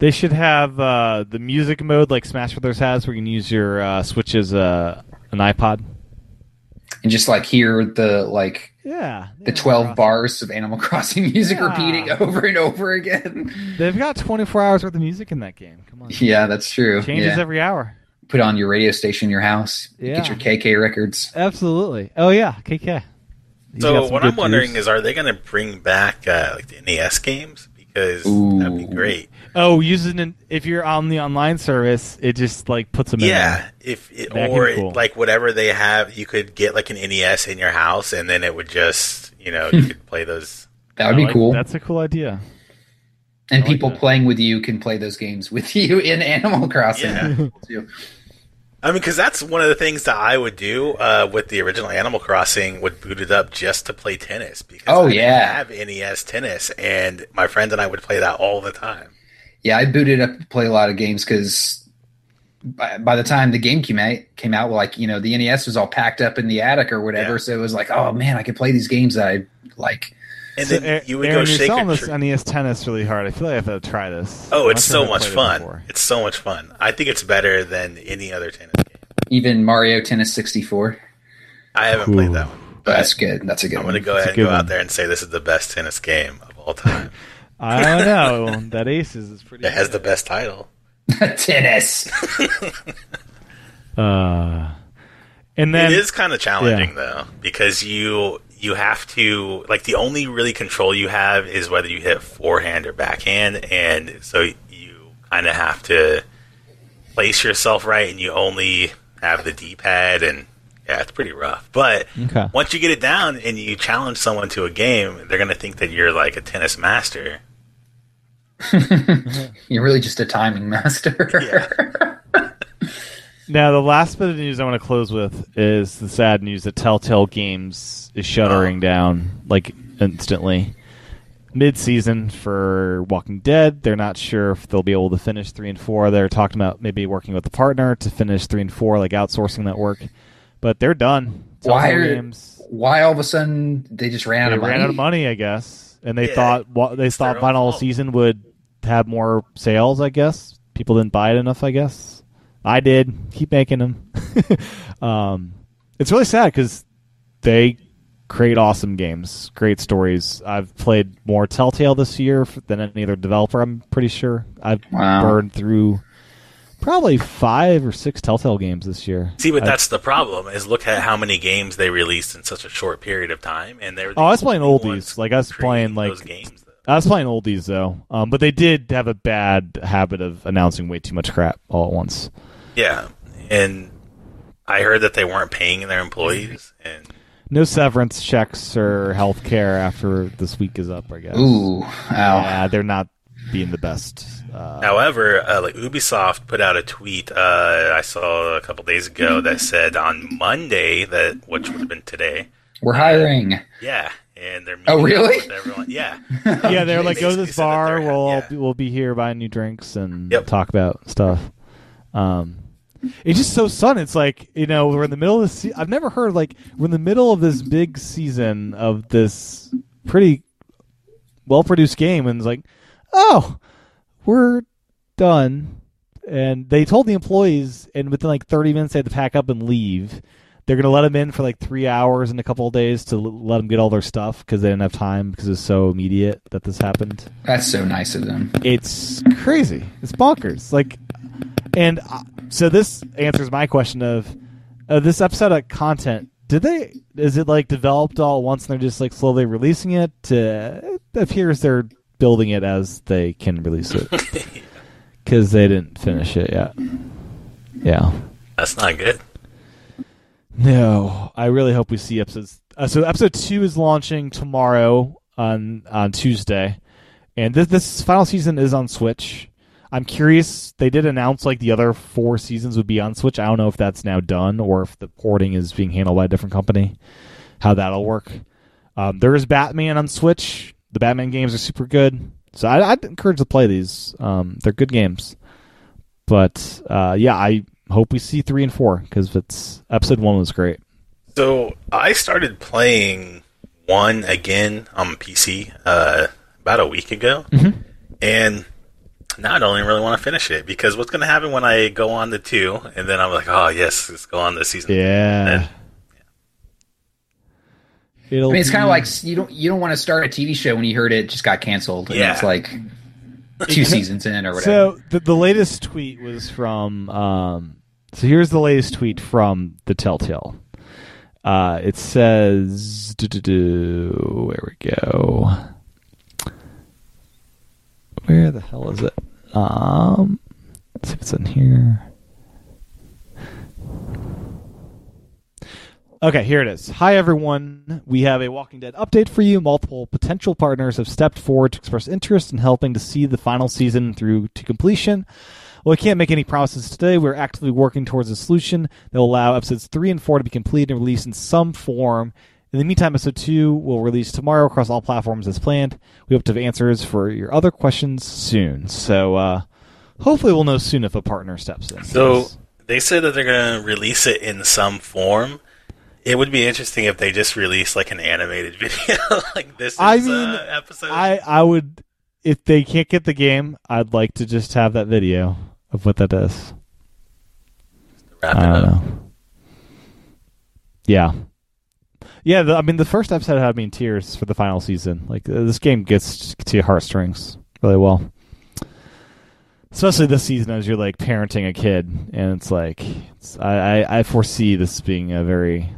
S1: They should have uh, the music mode like Smash Brothers has, where you can use your uh, Switch as uh, an iPod.
S2: and just like hear the like
S1: Yeah,
S2: the twelve bars of Animal Crossing music
S1: Yeah.
S2: repeating over and over again.
S1: They've got 24 hours worth of music in that game. Come on,
S2: yeah, that's true.
S1: changes
S2: yeah.
S1: every hour.
S2: Put on your radio station in your house.
S1: Yeah.
S2: Get your KK records.
S1: Absolutely. Oh yeah, KK. He's got
S3: So
S1: some
S3: what
S1: good
S3: I'm wondering
S1: grooves.
S3: is, are they going to bring back uh, like the NES games? Because that'd be
S2: Ooh.
S3: great.
S1: oh, using an, if you're on the online service, it just like puts them in. there.
S3: Yeah, if it,
S1: That'd be
S3: or
S1: cool.
S3: like whatever they have, you could get like an NES in your house, and then it would just you know you could play those.
S2: That would
S1: I
S2: be
S1: like-
S2: cool.
S1: That's a cool idea.
S2: and
S1: I like
S2: people
S1: that.
S2: playing with you can play those games with you in Animal Crossing.
S3: Yeah.
S2: Too.
S3: I mean, because that's one of the things that I would do uh, with the original Animal Crossing would boot it up just to play tennis because
S2: Oh,
S3: I didn't
S2: yeah.
S3: have NES tennis, and my friend and I would play that all the time.
S2: Yeah, I booted up to play a lot of games because by, by the time the game came out, came out, like you know, the NES was all packed up in the attic or whatever.
S3: Yeah.
S2: So it was like, oh man, I could play these games that I like.
S3: And
S1: So,
S3: then
S1: Aaron,
S3: you would
S1: Aaron,
S3: go
S1: you're
S3: shake
S1: selling
S3: a
S1: this
S3: tree.
S1: NES tennis really hard. I feel like I have to try this.
S3: Oh,
S1: I'm
S3: it's
S1: not sure if
S3: so
S1: I've
S3: much
S1: played it
S3: fun!
S1: before.
S3: It's so much fun. I think it's better than any other tennis game.
S2: Even Mario Tennis 64.
S3: I haven't
S1: Ooh.
S3: played that one.
S2: But that's good. That's a good
S3: I'm
S2: one.
S3: going to go
S1: That's a
S3: ahead and
S1: good
S3: go
S1: one.
S3: out there and say this is the best tennis game of all time.
S1: I don't know. That Aces is pretty.
S3: it has the best title.
S2: Tennis.
S1: Uh, and then
S3: it is kind of challenging though because you you have to like the only really control you have is whether you hit forehand or backhand, and so you kind of have to place yourself right, and you only have the D-pad, and yeah, it's pretty rough. But
S1: okay.
S3: once you get it down and you challenge someone to a game, they're going to think that you're like a tennis master.
S2: You're really just a timing master.
S1: Now the last bit of news I want to close with is the sad news that Telltale Games is
S2: Oh.
S1: shuttering down like instantly. Mid-season for Walking Dead, they're not sure if they'll be able to finish three and four. They're talking about maybe working with a partner to finish three and four, like outsourcing that work. But they're done.
S2: Why
S1: Telltale
S2: are-
S1: Games
S2: Why all of a sudden they just ran,
S1: they
S2: out, of
S1: ran
S2: money?
S1: out of money, I guess, and they
S3: Yeah,
S1: thought wa- they
S3: their
S1: thought
S3: own
S1: final
S3: fault.
S1: season would have more sales. I guess people didn't buy it enough. I guess I did. Keep making them. um, it's really sad because they create awesome games, great stories. I've played more Telltale this year f- than any other developer. I'm pretty sure I've
S2: Wow.
S1: burned through probably five or six Telltale games this year.
S3: See, but
S1: I-
S3: that's the problem is look at how many games they released in such a short period of time, and they're the
S1: Oh, I was playing
S3: only
S1: oldies.
S3: ones
S1: Like, I was
S3: creating
S1: playing, like,
S3: those games. Though.
S1: I was playing oldies though, um, but they did have a bad habit of announcing way too much crap all at once.
S3: Yeah, and I heard that they weren't paying their employees, and
S1: No severance checks or health care after this week is up, I guess.
S2: Ooh, ow.
S1: Yeah, they're not being the best. Uh,
S3: However, uh, like Ubisoft put out a tweet uh, I saw a couple days
S2: Mm-hmm.
S3: ago that said on Monday that which would have been today.
S2: We're hiring.
S3: Yeah, and they're meeting
S2: Oh,
S3: up
S2: really?
S3: with everyone. Yeah,
S1: yeah, they're like, go to
S3: Basically
S1: this
S3: said that
S1: bar.
S3: they're-
S1: We'll all
S3: yeah.
S1: be, we'll be here buying new drinks and
S3: Yep.
S1: talk about stuff. Um, it's just so sudden. It's like you know we're in the middle of the. Se- I've never heard like we're in the middle of this big season of this pretty well produced game, and it's like, oh, we're done. And they told the employees, and within like 30 minutes, they had to pack up and leave. they're gonna let them in for like three hours in a couple of days to l- let them get all their stuff because they didn't have time because it's so immediate that this happened.
S2: That's so nice of them.
S1: It's crazy. It's bonkers. Like, and uh, so this answers my question of uh, this episode of content. Did they? Is it like developed all at once and they're just like slowly releasing it? Uh, it appears they're building it as they can release it because they didn't finish it yet. Yeah.
S3: That's not good.
S1: No, I really hope we see episodes. Uh, so episode two is launching tomorrow on on Tuesday, and this this final season is on Switch. I'm curious. They did announce like the other four seasons would be on Switch. I don't know if that's now done or if the porting is being handled by a different company. How that'll work. Um, there is Batman on Switch. The Batman games are super good, so I, I'd encourage to play these. Um, they're good games, but uh, yeah, I hope we see three and four because it's episode one was great.
S3: So I started playing one again on PC uh, about a week ago,
S1: Mhm.
S3: and now I don't even really want to finish it because what's going to happen when I go on to two, and then I'm like, oh yes, let's go on to season.
S1: Yeah.
S3: And-
S1: It'll
S2: I mean, it's kind of
S1: be-
S2: like you don't you don't want to start a TV show when you heard it just got canceled. And
S3: Yeah.
S2: it's like two seasons in or whatever.
S1: so. The, the latest tweet was from. Um, so here's the latest tweet from the Telltale. Uh, it says, doo-doo-doo, "Where we go? Where the hell is it? Um, let's see if it's in here." Okay, here it is. Hi, everyone. We have a Walking Dead update for you. Multiple potential partners have stepped forward to express interest in helping to see the final season through to completion. Well, we can't make any promises today. We're actively working towards a solution that will allow episodes 3 and 4 to be completed and released in some form. In the meantime, episode 2 will release tomorrow across all platforms as planned. We hope to have answers for your other questions soon. So, uh, hopefully, we'll know soon if a partner steps in.
S3: So they said that they're going to release it in some form. It would be interesting if they just released like an animated video, like this is
S1: I mean,
S3: uh, episode.
S1: I I would if they can't get the game, I'd like to just have that video of what that is.
S3: Wrap it
S1: I don't
S3: up.
S1: know. Yeah, yeah. The, I mean, the first episode had me in tears for the final season. Like uh, this game gets to your heartstrings really well, especially this season as you're like parenting a kid, and it's like it's, I, I I foresee this being a very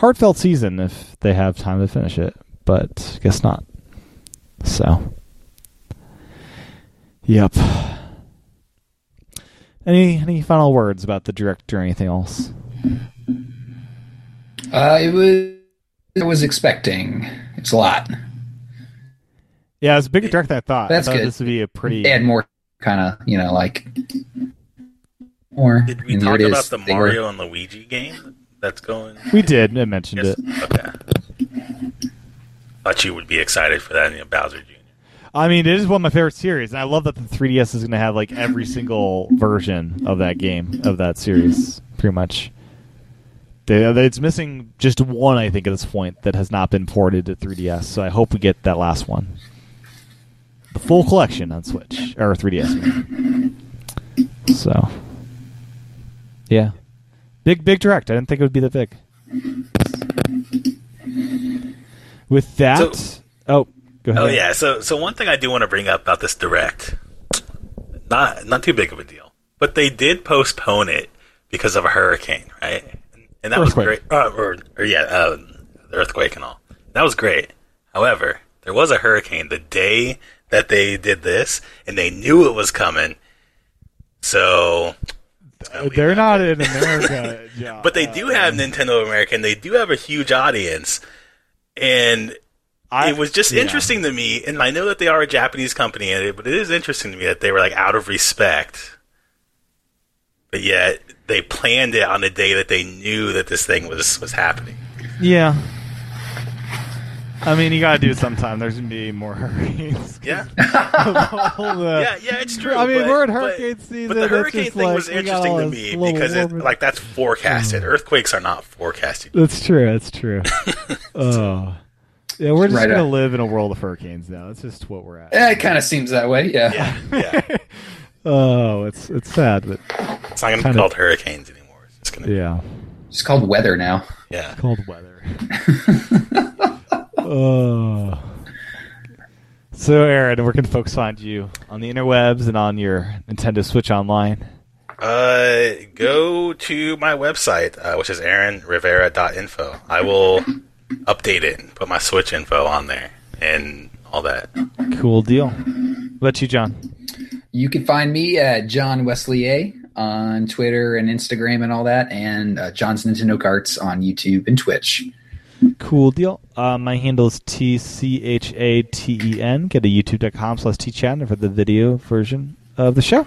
S1: heartfelt season if they have time to finish it, but guess not. So, yep. Any any final words about the director or anything else?
S2: Uh, it was I was expecting. It's a lot.
S1: Yeah, it's a bigger director than I thought.
S2: That's
S1: I thought
S2: good.
S1: this would be a pretty.
S2: They had more kind of you know like more.
S3: Did we
S2: and here
S3: talk
S2: it is.
S3: about the
S2: They were-
S3: Mario and Luigi game that's going?
S1: We did. I mentioned
S3: Yes.
S1: it.
S3: Okay. Thought you would be excited for that, you know, Bowser Jr.
S1: I mean, it is one of my favorite series, and I love that the 3DS is going to have like every single version of that game of that series, pretty much. They, uh, it's missing just one, I think, at this point that has not been ported to 3DS. So I hope we get that last one, the full collection on Switch or 3DS. So, yeah, big big direct. I didn't think it would be that big. With that,
S3: So-
S1: oh, go ahead.
S3: Oh yeah, so so one thing I do want to bring up about this direct, not not too big of a deal, but they did postpone it because of a hurricane, right? And that was
S1: Earthquake.
S3: great. Uh, or, or yeah, uh, the earthquake and all. That was great. However, there was a hurricane the day that they did this, and they knew it was coming. So
S1: They're not in America, Uh, yeah.
S3: But they do have Nintendo of America, and they do have a huge audience. And
S1: I-
S3: it was just
S1: yeah.
S3: interesting to me, and I know that they are a Japanese company, and it- but it is interesting to me that they were like out of respect, but yet they planned it on a day that they knew that this thing was was happening.
S1: Yeah. I mean, you gotta do it sometime. There's gonna be more hurricanes.
S3: Yeah,
S1: All the-
S3: yeah, yeah, it's true.
S1: I mean,
S3: but-
S1: we're in
S3: but-
S1: hurricane season,
S3: But the
S1: it's
S3: hurricane
S1: just
S3: thing
S1: like,
S3: was
S1: we got
S3: interesting
S1: all
S3: to
S1: this Mm.
S3: me
S1: little
S3: because it,
S1: warm-
S3: like that's forecasted. Earthquakes are not forecasted.
S1: That's true. That's true. oh. Yeah, we're just
S2: Right
S1: gonna
S2: on.
S1: live in a world of hurricanes now. That's just what we're at.
S2: Yeah, Eh, it kind of seems that way. Yeah.
S3: Yeah, yeah.
S1: Oh, it's it's sad, but
S3: It's not going to be
S1: Kinda-
S3: called hurricanes anymore. It's just going to
S1: yeah.
S2: It's called weather now.
S3: Yeah.
S1: Cold weather. oh. So, Aaron, where can folks find you on the interwebs and on your Nintendo Switch Online?
S3: Uh, go to my website, uh, which is aaronrivera.info. I will update it, and put my Switch info on there, and all that.
S1: Cool deal. Let you, John.
S2: You can find me at John Wesley A on Twitter and Instagram and all that, and uh, John's Nintendo Carts on YouTube and Twitch.
S1: Cool deal. Uh, my handle is T C H A T E N. Go to youtube.com slash tchat for the video version of the show.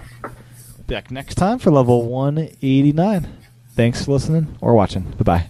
S1: Back next time for level 189. Thanks for listening or watching. Bye bye.